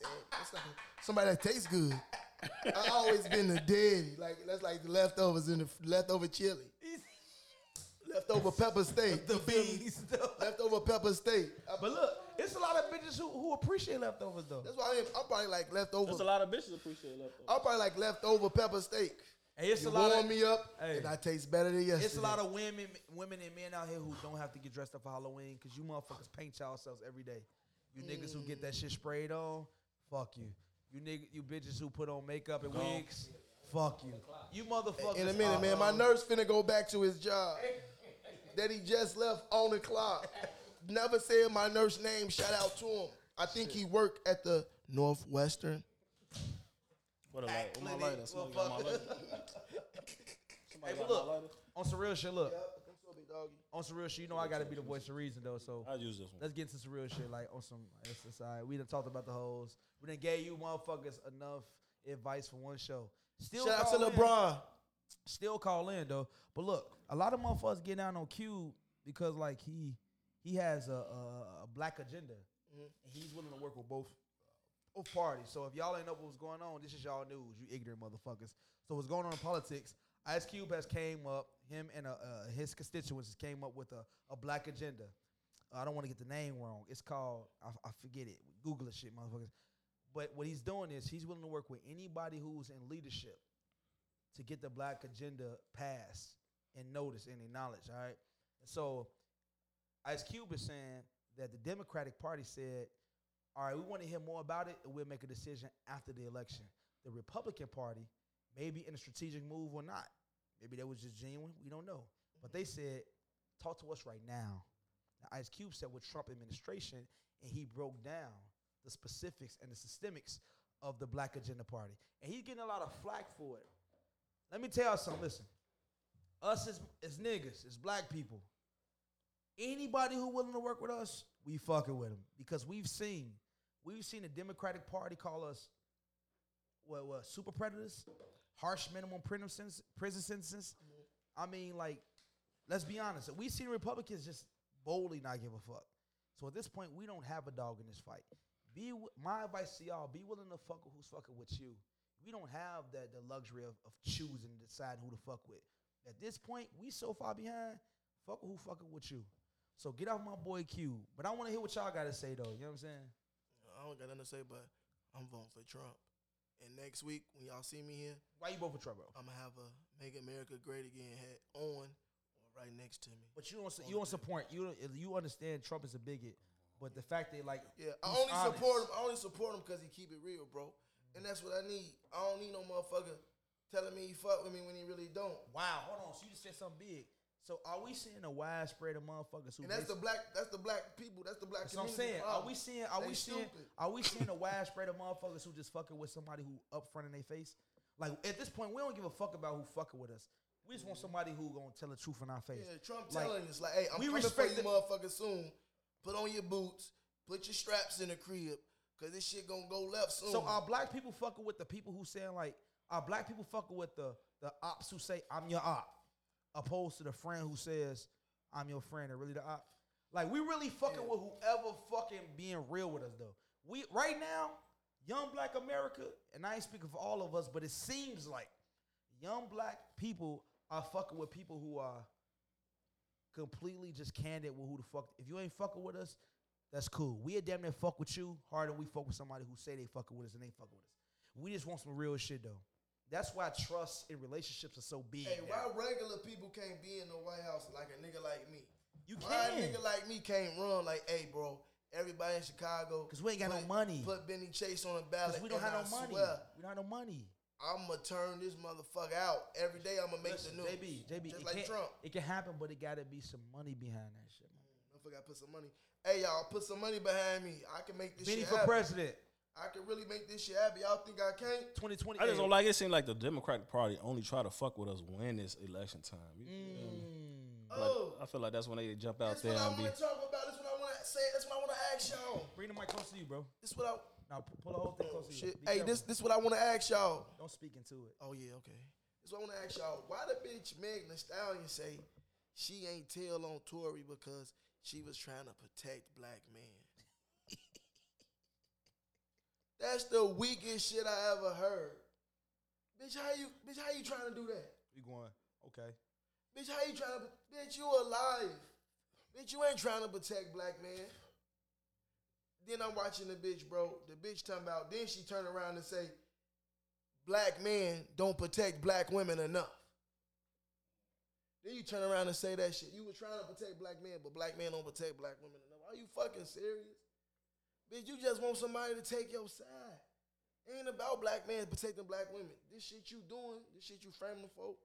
Zaddy, that's like somebody that tastes good. I always been the daddy. Like that's like the leftovers in the leftover chili, leftover pepper steak,
the beans.
leftover pepper steak. I-
But look, it's a lot of bitches who, who appreciate leftovers though.
that's why I'm, I'm probably like leftover.
There's a lot of bitches appreciate leftovers.
I'm probably like leftover pepper steak.
Hey, it's a
You
lot
warm
of
me up,
Hey.
and I taste better than yesterday.
it's a lot of women, women and men out here who don't have to get dressed up for Halloween because you motherfuckers paint yourselves every day. You niggas who get that shit sprayed on, fuck you. You nigga, you bitches who put on makeup and wigs, fuck you. You motherfuckers.
In a minute,
are,
man. My
um,
nurse finna go back to his job that he just left on the clock. Never said my nurse name. Shout out to him. I think he worked at the Northwestern.
What a light. What my lighter? Somebody got my lighter. Somebody
Hey, but
got my
look,
lighter.
on some real shit. Look,
doggy.
on some real shit. You know I gotta be the voice of reason though. So
I use this one.
let's get into some real shit. Like on some, it's, it's all right. We done talked about the hoes. We done gave you motherfuckers enough advice for one show. Still
Shout out to
call in.
LeBron.
Still call in though. But look, a lot of motherfuckers get down on Cube because like he he has a a, a black agenda. And he's willing to work with both uh, both parties. So if y'all ain't know what's going on, this is y'all news. You ignorant motherfuckers. So what's going on in politics? Ice Cube has came up. Him and uh, uh, his constituents came up with a, a black agenda. I don't want to get the name wrong. It's called I, I forget it. Google the shit, motherfuckers. But what he's doing is he's willing to work with anybody who's in leadership to get the black agenda passed and noticed and acknowledged. All right. So Ice Cube is saying that the Democratic Party said, all right, we want to hear more about it and we'll make a decision after the election. The Republican Party, maybe in a strategic move or not, maybe that was just genuine, we don't know. But they said, talk to us right now. Now, Ice Cube said with Trump administration, and he broke down the specifics and the systemics of the Black Agenda Party. And he's getting a lot of flack for it. Let me tell y'all something. Listen, us as, as niggas, as black people, anybody who willing to work with us, we fucking with them because we've seen, we've seen the Democratic Party call us what, what super predators, harsh minimum prison sentences. Prison sentences. I mean, like, let's be honest. We've seen Republicans just boldly not give a fuck. So at this point, we don't have a dog in this fight. Be wi- my advice to y'all: be willing to fuck with who's fucking with you. We don't have that the luxury of, of choosing and deciding who to fuck with. At this point, we so far behind. Fuck with who fucking with you. So get off my boy Q. But I want to hear what y'all got to say though. You know what I'm saying?
I don't got nothing to say, but I'm voting for Trump. And next week, when y'all see me here,
Why you vote for Trump, bro?
I'm gonna have a "Make America Great Again" hat on, or right next to me.
But you don't su- you don't support you don't- you understand Trump is a bigot, but the fact that like
Yeah, I
he's
only
honest.
support him. I only support him because he keep it real, bro. And that's what I need. I don't need no motherfucker telling me he fuck with me when he really don't.
Wow, hold on. So you just said something big. So are we seeing a widespread of motherfuckers who?
And that's the
basi-
black. That's the black people. That's the black.
That's what I'm
community
saying. Are
problem.
we seeing? Are
They
we seeing?
stupid.
Are we seeing a widespread of motherfuckers who just fucking with somebody who up front in their face? Like at this point, we don't give a fuck about who fucking with us. We just want somebody who gonna tell the truth in our face.
Mm. Yeah, Trump
Like,
telling us like, hey, I'm
we
coming for
respect
you,
the-
motherfucker, soon. Put on your boots. Put your straps in the crib, cause this shit gonna go left soon.
So uh, are black people fucking with the people who saying like are black people fucking with the the ops who say I'm your op, opposed to the friend who says I'm your friend and really the op. Like we really fucking with whoever fucking being real with us though. We right now, young black America, and I ain't speaking for all of us, but it seems like young black people are fucking with people who are completely just candid with who the fuck. If you ain't fucking with us, that's cool. We a damn near fuck with you harder. than We fuck with somebody who say they fucking with us and they fucking with us. We just want some real shit though. That's why trust in relationships are so big.
hey,
now.
why regular people can't be in the White House like a nigga like me?
You
Why a
can.
nigga like me can't run like, hey, bro? Everybody in Chicago,
'Cause we ain't got no
put-
money.
Put Benny Chase on the
Because
ballot.
we don't
and
have no
I
money.
Swear,
We don't have no money.
I'm gonna turn this motherfucker out every day. I'm gonna make
Listen,
the news.
JB, JB,
just
it,
like
can,
Trump.
it can happen, but it gotta be some money behind that shit. Man.
Motherfucker, I put some money. Hey, y'all, put some money behind me. I can make this
Benny
shit
for
happen.
president,
I can really make this shit happen. Y'all think I can't?
2020.
I just
Hey,
don't like it. Seems like the Democratic Party only try to fuck with us when it's election time. You- you know what I mean?
mm,
Oh.
But I feel like that's when they jump out
That's
there
what I
and
want
be.
to talk about. That's what I want to say. That's what I want to ask y'all.
Bring the mic close to you, bro.
This what I.
Now pu- pull the whole thing close to you.
Shit.
Be
Hey,
careful.
this this what I want to ask y'all.
Don't speak into it.
Oh yeah, okay. That's what I want to ask y'all. Why the bitch Megan Thee Stallion say she ain't tell on Tory because she was trying to protect black men? That's the weakest shit I ever heard. Bitch, how you bitch how you trying to do that?
We going. Okay.
Bitch, how you trying to? Bitch, you alive. Bitch, you ain't trying to protect black man. Then I'm watching the bitch, bro. The bitch talking about. Then she turn around and say, "Black men don't protect black women enough." Then you turn around and say that shit. You were trying to protect black men, but black men don't protect black women enough. Are you fucking serious? Bitch, you just want somebody to take your side. Ain't about black men protecting black women. This shit you doing, this shit you framing folk,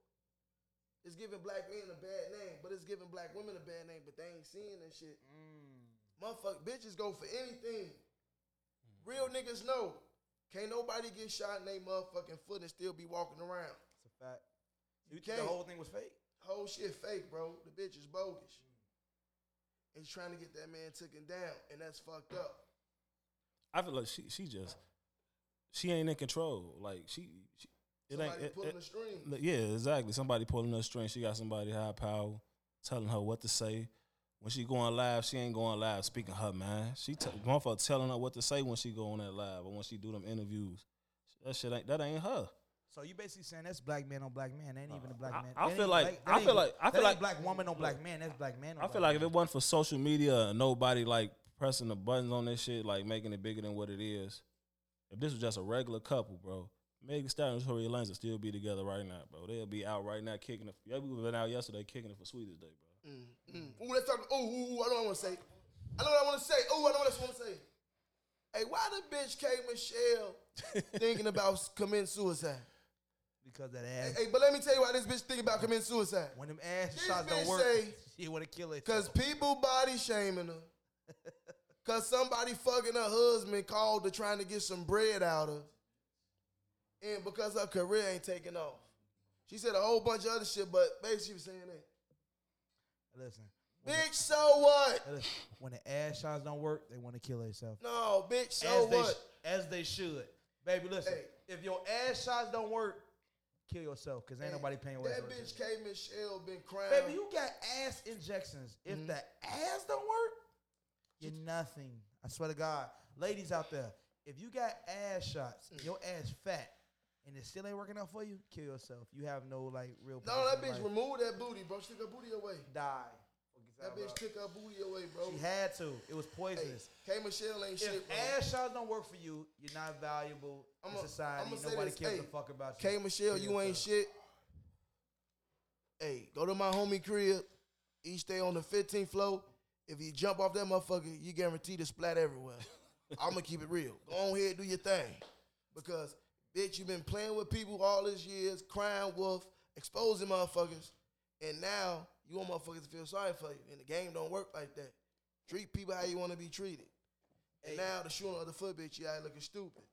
it's giving black men a bad name, but it's giving black women a bad name, but they ain't seeing that shit. Mm. Motherfuck bitches go for anything.
Mm-hmm.
Real niggas know. Can't nobody get shot in they motherfucking foot and still be walking around.
It's a fact. You think
can't.
the whole thing was fake?
Whole shit fake, bro. The bitch is bogus. And she's trying to get that man taken down, and that's fucked up.
I feel like she she just she ain't in control. Like she, she it
Somebody
ain't it-
pulling
it-
the string.
Look, Yeah, exactly. Somebody pulling her string. She got somebody high power telling her what to say. When she going live, she ain't going live speaking her mind. She t- motherfucker telling her what to say when she go on that live or when she do them interviews. That shit ain't that ain't her.
So you basically saying that's black man on black man. That ain't
Uh,
even a black
I-
man.
I
That
feel
ain't
like-
black-
I
that ain't-
feel like- I
that
feel
ain't
like-
black woman on black man. That's black man. On
I
black
feel like if
man.
it wasn't for social media and nobody like pressing the buttons on this shit, like making it bigger than what it is, if this was just a regular couple, bro, Megan Thee Stallion and Tory Lanez would still be together right now, bro. They'll be out right now kicking it. Y'all people been out yesterday kicking it for Sweetest Day, bro.
Mm, mm. Ooh, let's talk. Ooh, ooh, ooh, I know what I want to say. I know what I want to say. Ooh, I know what I want to say. Hey, why the bitch K
[laughs]
Michelle thinking about committing suicide?
because that
Hey,
ass.
hey, but let me tell you why this bitch thinking about committing suicide.
when them ass
this
shots don't
bitch
work, [laughs]
say-
she want to kill it.
Cause people body shaming her.
[laughs]
Cause somebody fucking her husband called her trying to get some bread out of. And because her career ain't taking off. She said a whole bunch of other shit, but basically she was saying that.
listen,
Bitch, so what?
listen. When the ass shots don't work, they want to kill herself.
No, bitch, so
as they
what?
sh- as they should. Baby, listen.
Hey.
If your ass shots don't work, kill yourself because ain't nobody paying your ass
That
for
bitch
it.
K Michelle been crying.
Baby, you got ass injections. If
Mm-hmm.
the ass don't work, you're nothing. I swear to God, ladies out there, if you got ass shots,
Mm.
and your ass fat, and it still ain't working out for you, kill yourself. You have no like real.
no, that
purpose in
bitch
life.
removed that booty, bro. She took her booty away.
die.
That bitch took her booty away, bro.
She had to. It was
hey,
poisonous.
K Michelle ain't
if
shit, bro.
ass shots don't work for you, you're not valuable
I'ma-
in society.
I'ma say
Nobody
this,
gives
hey,
a fuck about you.
K Michelle, you ain't shit. Hey, go to my homie crib. Each day on the 15th floor. If you jump off that motherfucker, you guaranteed to splat
[laughs]
everywhere. I'ma keep it real. Go on here, do your thing. Because bitch, you been playing with people all these years, crying wolf, exposing motherfuckers, and now you want motherfuckers to feel sorry for you. And the game don't work like that. Treat people how you want to be treated. And now the shoe on the other foot, bitch, you out here looking stupid.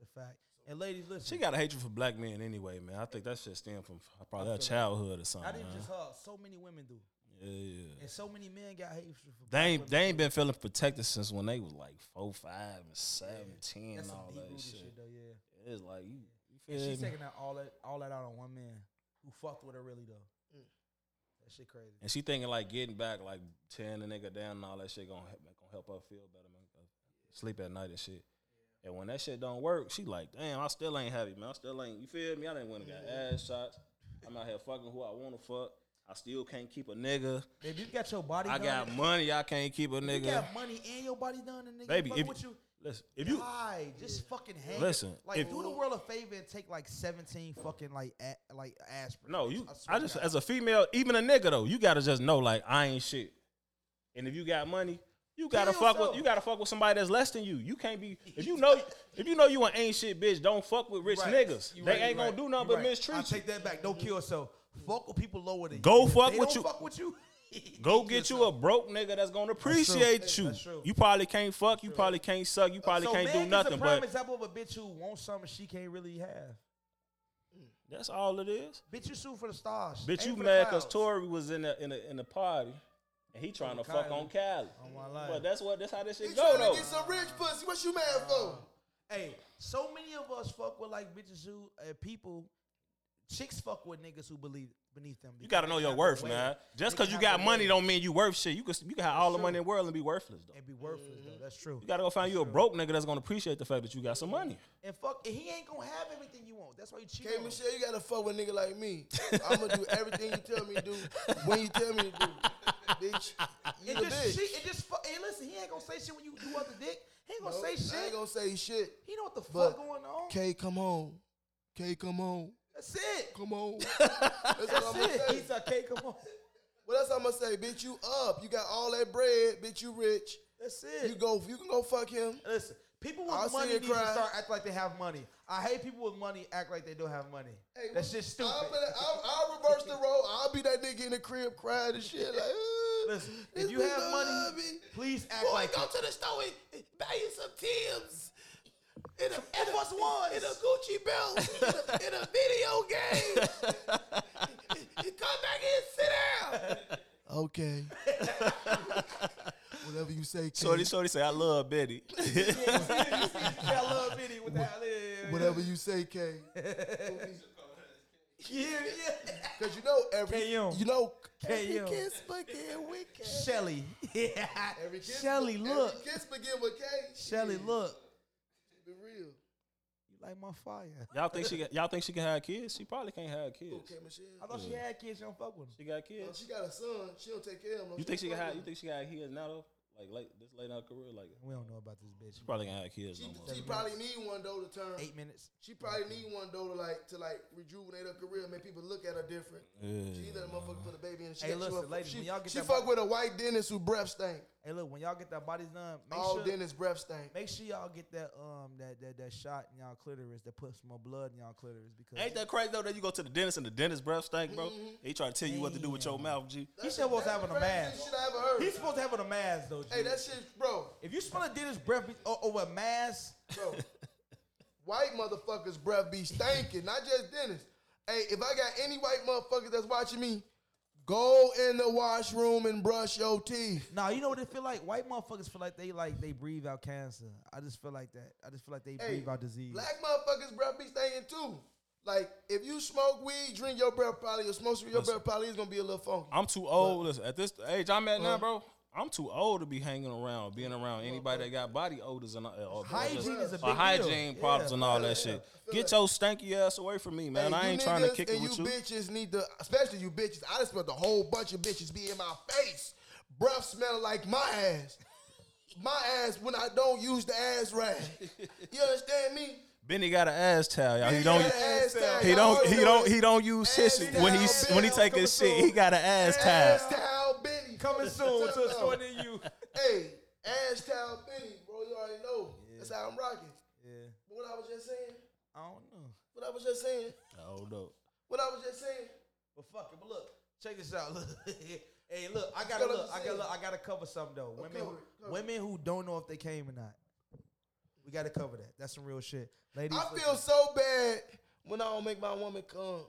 It's a fact. And ladies, listen.
She got a hatred for black men anyway, man. I think that shit stem from probably her childhood or something.
I didn't
Uh-huh.
man.
just hug. So many women do,
yeah, yeah.
and so many men got hatred for.
They
black
ain't
women.
they ain't been feeling protected since when they was like four, five, and seven, ten,
That's
and
some
all
deep
that
rooted
shit.
shit. though. Yeah.
It's like you, you
And
feel
she's
me?
taking out all that all that out on one man who fucked with her really though. That shit crazy.
And she thinking like getting back, like tearing the nigga down and all that shit gonna help, gonna help her feel better, man. Sleep at night and shit. And when that shit don't work, she like, damn, I still ain't happy, man. I still ain't, you feel me? I didn't want to got ass shots. I'm out here fucking who I want to fuck. I still can't keep a nigga.
Baby, you got your body.
I
done,
got money. I can't keep a
You
nigga.
got money and your body done, and nigga
Baby,
fuck
if
with you. Ah,
listen, if you
die, just fucking hang.
Listen,
like
if-
do the world a favor and take like seventeen fucking like a, like aspirin.
No, you.
swear
I,
to
just
God.
as a female, even a nigga though, you gotta just know like I ain't shit. And if you got money, you gotta
Kill
fuck
yourself.
with you gotta fuck with somebody that's less than you. You can't be
[laughs]
if you know if you know you an ain't shit bitch. Don't fuck with rich
Right.
niggas.
You
they
right,
ain't
you
gonna
right.
do nothing
You
but
right. I
mistreat you.
take that back. Don't kill yourself. Fuck with people lower than
Go
you. If
fuck
they
with
don't
you.
Fuck with you. [laughs]
Go get you a broke nigga that's gonna appreciate you.
That's true. Uh,
You probably can't fuck. You probably can't suck. You probably
so
can't
Meg
do nothing.
Is a prime
But
example of a bitch who wants something she can't really have.
That's all it is.
Bitch, you sue for the stars.
Bitch,
Aim
you
for the
mad because
clouds.
Tory was in the in the in the party and he trying to fuck
Kylie.
on Cali.
On Oh, my life.
But that's what that's how this
You
shit go
trying to
though.
get some rich pussy. What you mad for?
Hey, so many of us fuck with like bitches who uh, people, chicks fuck with niggas who believe beneath them.
You gotta
because
know
they
your
have
worth,
the weight.
man. Just
They
because you
have
got
the
money
weight.
don't mean you worth shit. You could you can have all the money in the world and be worthless though.
and be worthless though. That's true.
Mm-hmm. You gotta go find you a broke nigga that's gonna appreciate the fact that you got some money.
And fuck, and he ain't gonna have everything you want. That's why you cheat.
Hey,
on him.
Michelle, you gotta fuck with a nigga like me. I'm gonna do everything you tell me to do when you tell me to do. Bitch, you
And
a
just
bitch.
shit. And just fuck. And listen, he ain't gonna say shit when you do other dick. He ain't gonna
Nope,
say
I
shit.
ain't gonna say shit.
he know what the fuck
But-
going on.
K, come home. K, come home.
That's it. [laughs]
Come on. That's what
That's
I'm gonna
it.
say.
He's like, okay, come on.
What else I'm gonna say? Bitch, you up. You got all that bread. Bitch, you rich.
That's
You
it.
go. You can go fuck him.
Listen, people with
I'll see
money
you
need to
cry.
start acting like they have money. I hate people with money act like they don't have money.
Hey,
That's
what-
just stupid.
I'll, put it- I'll- I'll reverse the role. I'll be that nigga in the crib crying and shit. Like, "Uh,
Listen,
this
if you
bitch
have
don't love
money,
me."
please act
Boy,
like
go
it.
to the store and buy you some Tim's. In a, in,
Air Force
a,
Ones.
in a Gucci belt, in a, in a video game. [laughs] Come back and sit down. Okay. Whatever you say, King.
Shorty, Shorty say, I love [laughs] Betty.
[laughs] Yeah, I love Biddy with that. Yeah,
Whatever you say, K.
yeah, yeah.
Because you know every
K.M..
you know
K.M..
every kiss begin with K.
Shelly. [laughs] Yeah.
Every kiss
Shelly,
every
look.
kiss begin with K.
Shelly,
Shit,
look.
Be real.
You like my fire.
y'all think she got, y'all think she can have kids? She probably can't have kids.
Okay, Michelle.
I thought she had kids. She don't fuck with them.
She got
Oh,
kids.
she got a son. She don't take care of him.
You think she can have you think she got kids now though? Like late this late in her career? Like
We don't know about this bitch.
she probably can have kids
She,
no more.
she probably need one though to turn.
Eight minutes.
She probably need one though to like to like rejuvenate her career, make people look at her different. She either a motherfucker put a baby in. She
Hey,
got- she
listen,
a-
ladies,
she,
when y'all get
she
that
fuck
body-
with a white dentist who breath stink.
Hey, look, when y'all get that bodies done, make
All
sure
dentists breath stink.
make sure y'all get that um that that, that shot in y'all clitoris that puts more blood in y'all clitoris because
Ain't that crazy though that you go to the dentist and the dentist breath stink, bro? They try to tell you what to do with your mouth, G.
he supposed to have on
Mm-hmm. That's the
a
craziest
mask.
Shit I ever heard.
He's supposed to have on a mask though. G.
hey, that shit, bro.
if you smell a dentist's breath be- or, or a mask, [laughs]
Bro, white motherfuckers' breath be stinking, not just dentists. Hey, if I got any white motherfuckers that's watching me, go in the washroom and brush your teeth.
nah, you know what it feel like? White motherfuckers feel like they like they breathe out cancer. I just feel like that. I just feel like they
Hey,
breathe out disease.
Black motherfuckers' breath be stinking too. Like, if you smoke weed, drink your breath probably, or smoke your breath probably is gonna be a little funky.
I'm too old. Listen, at this age I'm at now,
Huh?
bro, I'm too old to be hanging around, being
Uh-huh.
around anybody that got body odors and all- or, or
Hygiene
just-
is a
or
big deal.
hygiene problems
Yeah.
and all that shit. Get your stanky ass away from me, man.
Hey,
I
you
ain't trying to
niggas
kick it
and
with you.
bitches need to, especially you bitches. I just felt a whole bunch of bitches be in my face. Breath smelling like my ass. My ass when I don't use the ass rag. You understand me?
Benny got an ass towel, y'all. He
Benny
don't.
got an ass towel.
He
Y'all
don't.
already
He
know
don't.
it.
He don't use
Ass
tissue when he
towel,
when he
Benny.
take his shit. He got an ass towel.
Ass towel Benny.
Coming soon to a store near you.
Hey, ass towel Benny, bro. You already know. That's how I'm rocking.
[laughs] Yeah,
But what I was just saying.
I don't know.
What I was just saying.
Oh no.
What I was just saying.
But fuck it. But look, check this out. [laughs] Look, hey, look, I gotta
Go to
look,
the
I gotta
scene. Oh,
look, I gotta cover something though. Women,
cover
who-
it, cover it.
women who don't know if they came or not. We gotta cover that. That's some real shit, ladies.
I
listen.
feel so bad when I don't make my woman come.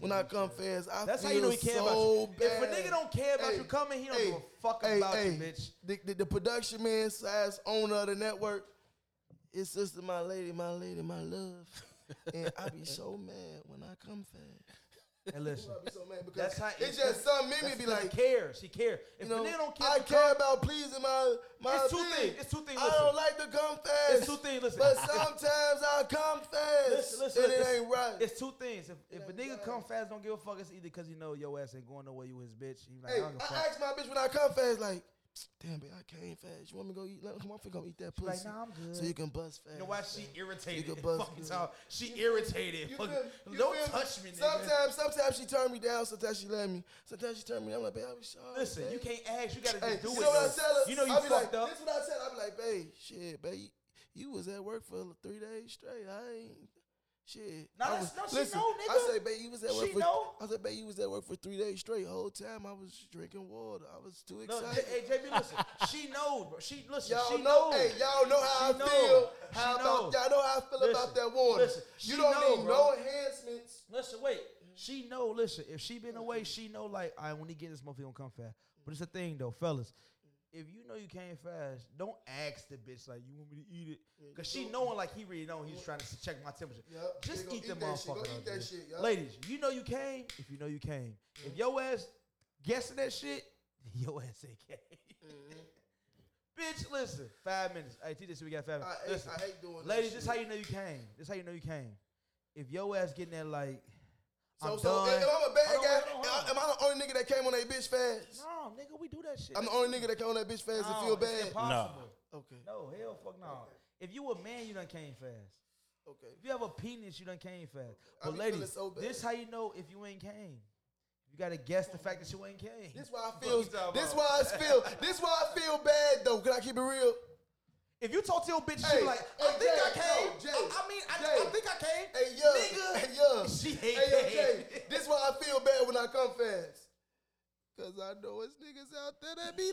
When I come fast, I
That's
feel
how you know he care
so
about you. If
bad.
a nigga don't care about you coming, he don't
hey,
give a fuck
hey,
about
hey,
you, bitch.
The, the, the production man slash owner of the network, his sister, my lady, my lady, my love. and I be so mad when I come fast.
And
[laughs]
listen,
I be so mad because
that's how
it's just some
that's
men be
because
like,
he cares. He cares. If
you
the
know,
nigga don't care,
I
to
care
come-
about pleasing my my.
It's two
bitch.
things. It's two things.
I
Listen.
don't like to come fast.
It's two things. Listen. [laughs]
But
It's-
sometimes I come fast,
Listen, listen,
and it
listen.
ain't right.
It's two things. If, if a
ain't
nigga
right.
come fast, don't give a fuck. It's either because you know your ass ain't going nowhere. You his bitch. He like,
Hey,
I don't give a
I
fuck.
asked my bitch when I come fast, like, damn, babe, I came fast. You want me to go eat? Like, I'm finna go eat that pussy.
like, nah, I'm good.
So you can bust fast.
You know why she irritated?
You can bust
[laughs] Fucking
good.
talk. She irritated.
You
Fucking,
feel- you
don't
feel me?
touch me, nigga.
Sometimes, sometimes she turn me down. Sometimes she let me. Sometimes she turn me. down. I'm like, babe, I was sorry.
Listen,
babe."
you can't ask. You gotta just
Hey,
do
you
it.
know what I
though.
tell her?
You know you
I be
fucked
like,
up.
This what I tell her. I be like, babe, shit, babe, you, you was at work for three days straight. I ain't. Shit.
Nah,
I
that's-
was-
no, she
listen,
know,
I
nigga.
said, babe, you was at work.
She
for,
know.
I said, babe, you was at work for three days straight. Whole time I was drinking water. I was too
No,
excited.
J- hey
[laughs]
JB, listen. she knows, bro. She listen.
Y'all
she
know,
knows.
hey, y'all know how
She
I
know.
feel. How
She
about
know.
y'all know how I feel
Listen,
about that water?
listen, she
you don't
know,
need
bro.
no enhancements.
Listen, wait. She know. Listen, if she been
Mm-hmm.
away, she know. Like, I when he get this motherfucker, he gonna come fast. But it's the thing though, fellas. If you know you came fast, don't ask the bitch like you want me to eat it, cause she knowing like he really knowing he's trying to check my temperature.
Yup,
Just
they gonna
eat the
eat that shit. Go
motherfucker.
eat
up,
that
nigga.
shit, yup.
Ladies, you know you came. If you know you came, if your ass guessing that shit, [laughs] your ass ain't came.
Mm-hmm.
[laughs] Bitch, listen. Five minutes. Hey, T, this we got five
I,
minutes.
hate-
listen,
I hate doing
ladies,
that.
this
shit.
how you know you came. This how you know you came. If your ass getting there like,
So,
I'm
so eh, oh.
done.
if I'm a bad
Hold on,
guy,
hold on,
am
hold
I- am I the only nigga that came on that bitch fast?
No, nigga, we do that shit.
I'm the only nigga that came on that bitch fast
no,
and feel
Oh, it's
bad.
Impossible.
Okay,
No. hell fuck no. If you a man, you done came fast.
okay.
If you have a penis, you done came fast.
I
But
be feeling
ladies,
so bad.
this how you know if you ain't came. You gotta guess the fact that you ain't came.
This why I
What
feel.
you talking
This
about?
why I feel. This why I feel bad though. Can I keep it real?
If you talk to your bitch, she
Hey,
be like, I
hey,
think I
Jay,
came.
no, Jay,
I, I mean, I, I
Jay.
think I came.
Hey yo,
Nigga.
hey yo,
She ain't
hey yo,
came.
Jay, this why I feel bad when I come fast. Cause I know it's niggas out there that be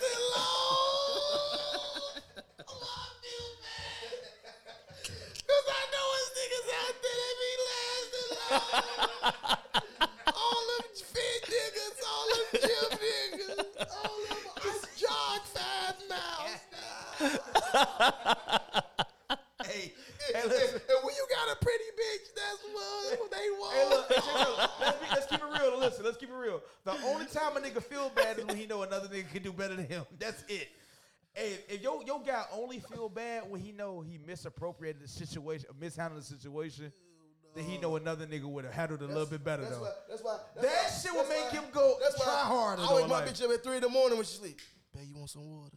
[laughs]
long. Oh, I feel bad. Cause I know it's niggas out there that be lasting long. all them fit niggas, all them gym niggas, all them I jog five miles.
Hey,
And,
hey, listen.
and- and when you got a pretty bitch, that's what, what they want.
Hey, look, hey, check it out. let's, be, let's keep it real. Listen, let's keep it real. The only time a nigga feel bad is when he know another nigga can do better than him. [laughs] That's it. Hey, if your your guy only feel bad when he know he misappropriated the situation, or mishandled the situation, then he know another nigga would have handled it a little bit better
That's
though.
why. That's why.
That
that's why-
shit will
that's
make
why-
him go
that's why
try harder,
I
though,
wake my
like-
bitch up at three in the morning when she sleep. Babe, you want some water?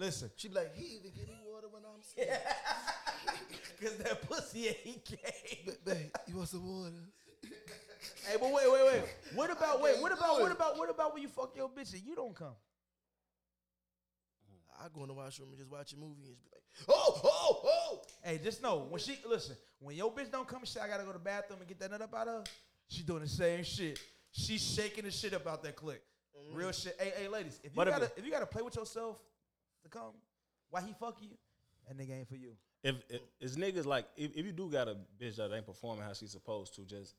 Listen,
She be like, he even give me water when I'm sleeping.
[laughs] cause that pussy ain't gay.
Ba- Babe, you want some water?
Hey, but wait, wait, wait. What about wait?
can't
What
do
about what
it.
about what about when you fuck your bitch and you don't come?
I go in the washroom and just watch a movie and just be like, oh, oh, oh.
Hey, just know when she listen, when your bitch don't come, she say, I gotta go to the bathroom and get that nut up out of her. She doing the same shit. She's shaking the shit about that click.
Mm-hmm.
Real shit. Hey, hey, ladies, if you
But if
gotta
it-
if you gotta play with yourself to come, why he fuck you? That nigga ain't for you.
If, if it's niggas like if, if you do got a bitch that ain't performing how she's supposed to, just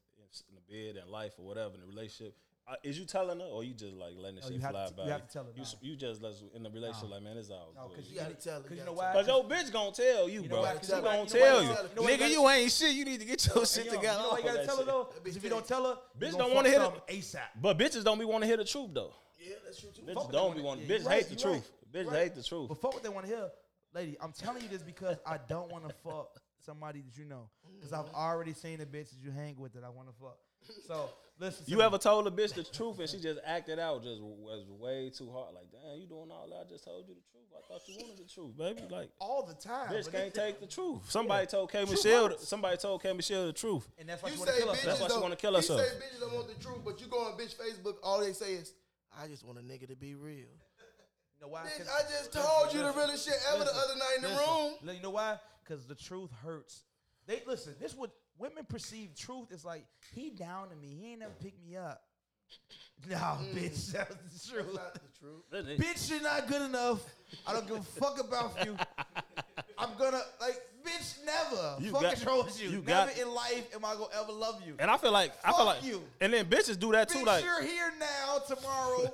in the bed and life or whatever in the relationship, uh, is you telling her or you just like letting the
No,
shit
you have
fly
to-
by?
you have to tell her,
You, s-
nah.
you just let in the relationship like man, it's all
No,
good.
Oh, cause you,
gotta
gotta
tell her,
Cause you
Oh, you
know
gotta
why?
Cause your bitch gonna tell you,
You know
bro.
why-
she
you know why-
gonna
you know why
tell
you
you,
gotta- you know why you
nigga.
gotta-
You ain't shit. You need to get your
Hey,
shit
yo, you
together.
know why you gotta
That
tell her
shit.
though?
That bitch
Because if you
tell
don't tell her, you
Bitch
gonna
don't wanna
fuck
hear the-
something ASAP.
But bitches don't be want to hear the truth though.
Yeah, that's true too.
Bitches
Fuck with
don't
that
be
one.
want.
Yeah,
Bitches
you right,
hate the
you
truth.
right.
Bitches hate the truth.
But fuck what they want to hear, lady. I'm telling you this because I don't
[laughs]
want to fuck somebody that you know. Because
Mm-hmm.
I've already seen the bitch that you hang with that I want to fuck. So listen. to
You
me.
ever told a bitch the truth and she just acted out, just was way too hard. Like, damn, you doing all that? I just told you the truth. I thought you wanted the truth, baby. Like,
all the time?
bitch
but they-
can't take the truth. Somebody told K Michelle. Somebody told K Michelle the truth.
And that's why
You
you
say
want to
bitches
kill
That's
us.
why she
don't
wanna kill
you
herself.
say bitches don't want the truth, but you go on bitch Facebook, all they say is, I just want a nigga to be real.
You know why?
Bitch,
'Cause-
I just
listen,
told you the
listen,
realest shit ever the
listen,
other night in the
listen.
room.
Li- You know why? Because the truth hurts. They listen. This what women perceive truth is like. He down to me. He ain't never picked me up. No, bitch, [laughs] that was the truth.
Mm. Not the truth.
bitch, you're not good enough. I don't give a fuck about you. I'm gonna like, bitch, never.
You
fuck
got-
is wrong with you.
you
never
got-
in life am I gonna ever love you.
And I feel like I
Fuck
feel like
you.
And then bitches do that too.
bitch,
Like,
you're here now.
[laughs]
Tomorrow,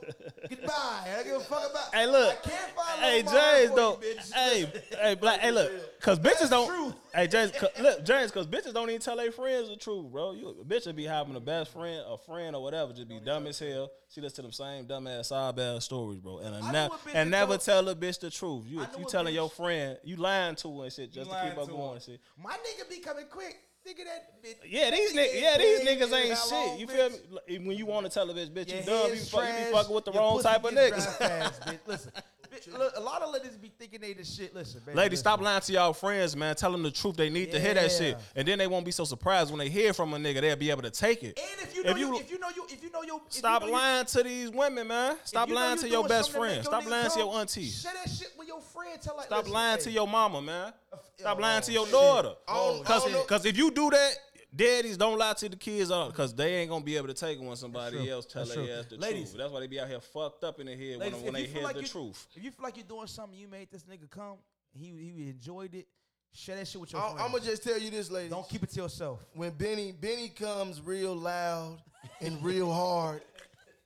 goodbye. I don't give a fuck about.
hey, look.
I can't find
hey,
no tomorrow
James,
for
though.
You, bitch.
Hey, hey, black. Hey, look. Cause bitches don't.
truth.
Hey, James. 'cause- Look, James. Cause bitches don't even tell their friends the truth, bro. You a bitch would be having a best friend, a friend or whatever, just be dumb as hell. She listen to them same dumb ass side bad stories, bro. And
knew
a
a
ne-
bitch
and
that
never
told-
tell a bitch the truth. You
I knew
you
a
telling your
bitch-
friend you lying to her and shit just to
lying
keep her
to
going
her.
and shit.
My nigga be coming quick. Nigga, that bitch.
Yeah,
that
these
nigga
niggas, yeah, these
big,
niggas ain't
how
shit.
long,
You
bitch?
feel me? Like, When you want to tell a bitch, bitch,
Your
you dumb, you,
head's
fuck, you be
trash,
fucking with the
your
wrong
pussy
type of
get dry
niggas.
fast,
[laughs]
bitch. Listen, bitch, look, a lot of ladies be thinking they the shit. Listen, baby,
Ladies,
listen.
stop lying to y'all friends, man. Tell them the truth. They need to hear that shit,
Yeah.
and then they won't be so surprised when they hear from a nigga. They'll be able to take it.
And if you know,
If
you,
you-
if you know you, if you know your, if
Stop
you know you-
lying to these women, man. Stop
if you know
lying
you
to your
doing
best
something that
friend.
make
Stop
nigga
lying to
come,
your auntie.
Share that shit with your friend. Tell like,
Stop
listen,
lying
hey,
to your mama, man. Stop lying to your
shit.
daughter.
I don't- I don't know-
Because if you do that, daddies don't lie to the kids because they ain't gonna be able to take it when somebody
true.
else tell
That's
their
true.
ass the
Ladies.
truth. That's why they be out here fucked up in the head
Ladies,
when, when
if
they
you feel
hear
like
the
you-
truth.
If you feel like you're doing something, you made this nigga come. He he enjoyed it. Share that shit with your
I'm,
friends.
gonna just tell you this, lady.
Don't keep it to yourself.
when Benny Benny comes real loud and real hard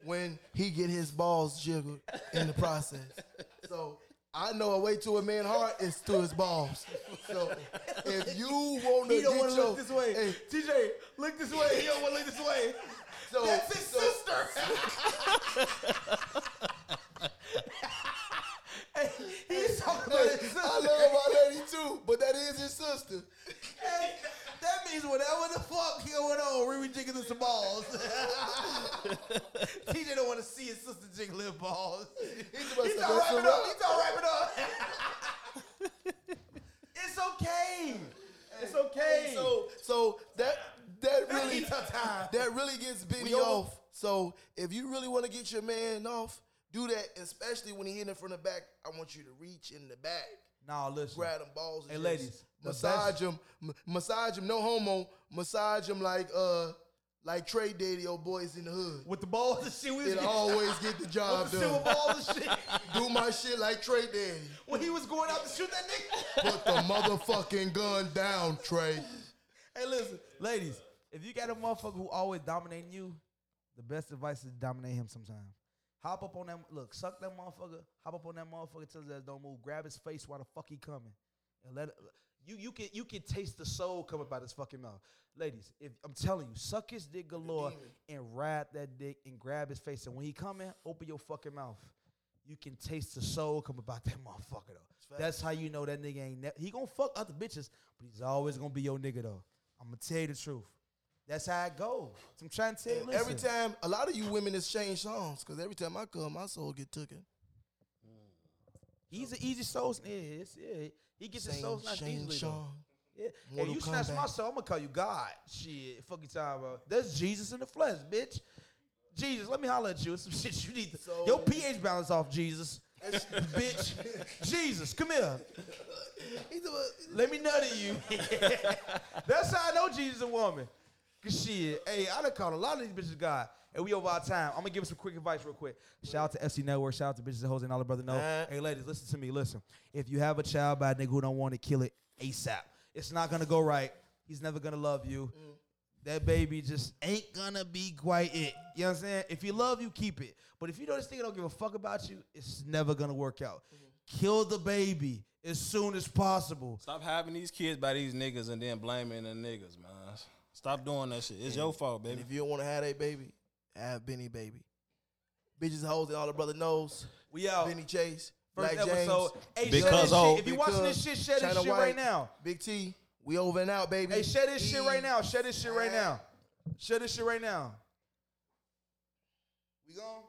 when he get his balls jiggled in the process. So I know a way to a man's heart is through his balls. So if you want to
He don't
get
want to
your
look this way.
Hey,
TJ, look this way. He don't want to look this way.
so,
That's his
so-
sister. [laughs]
[laughs]
hey, he's talking about
Hey,
his sister.
I love my lady too, but that is his sister.
Hey, that means whatever the fuck going on, we were jiggling some balls. [laughs] TJ don't want to see his sister jiggling balls. He's all
about to say, "That's
wrapping up.
a wrap."
He's all wrapping up. it's okay. It's okay.
So so that that really
Really tough time.
that really gets Benny
We over-
off. So if you really want to get your man off, do that, especially when he hitting from the back. I want you to reach in the back,
Nah, listen.
grab them balls. And
Hey,
just
ladies, the
massage
best-
him, m- massage him. No homo, massage him like uh like Trey did the old boys in the hood.
With the balls and shit, we was
It
getting
always get the job
with [laughs] the silver
done.
balls and shit.
Do my shit like Trey Daddy.
when he was going out to shoot that nigga.
Put the motherfucking gun down, Trey.
[laughs] Hey, listen, ladies, if you got a motherfucker who always dominating you, the best advice is to dominate him sometime. Hop up on that, look, suck that motherfucker. Hop up on that motherfucker till his ass don't move. Grab his face while the fuck he coming, and let it, you you can you can taste the soul coming out his fucking mouth. Ladies, if I'm telling you, suck his dick galore and ride that dick and grab his face. And when he coming, open your fucking mouth. You can taste the soul come about that motherfucker though. That's how you know that nigga ain't. Ne- he gonna fuck other bitches, but he's always gonna be your nigga though. I'm gonna tell you the truth. That's how it goes. I'm trying to tell you.
And every
listen.
time, a lot of you women has changed songs because every time I come, my soul get taken.
He's an easy soul. sn- Yeah, it's, yeah. He gets his soul snatched easily. though.
song.
Yeah. Hey,
Mortal
you snatch my
Kombat.
soul, I'm gonna call you God. Shit, fuck you talking about. That's Jesus in the flesh, bitch. Jesus, let me holler at you. It's some [laughs] shit you need. To,
So-
your pH balance off, Jesus. [laughs] bitch, Jesus, come
[laughs]
here.
He's a-
Let me nut at you.
[laughs]
That's how I know Jesus a woman. Cause shit, hey, I done called a lot of these bitches God. And we over our time. I'm gonna give us some quick advice real quick. Shout out to FC Network. Shout out to bitches and hoes and all the brother know.
Uh.
Hey, ladies, listen to me. Listen, if you have a child by a nigga who don't want to kill it ASAP, it's not gonna go right. He's never gonna love you. That baby just ain't gonna be quite it. You know what I'm saying? If you love you, keep it. But if you know this nigga don't give a fuck about you, it's never gonna work out. Kill the baby as soon as possible.
Stop having these kids by these niggas and then blaming the niggas, man. Stop doing that shit. It's your fault,
And
baby.
if you don't want to have a baby, have Benny baby. Bitches hoes and all the brother knows.
We out.
Benny Chase,
First
Black
episode.
James.
Hey, share
Because
this
oh-
shit. If you watching this shit,
Because
share this
China
shit
White,
right now.
Big T, we over and out, baby.
Hey, share this shit right
E.
now. Share this shit right now. Share this shit right now. We gone.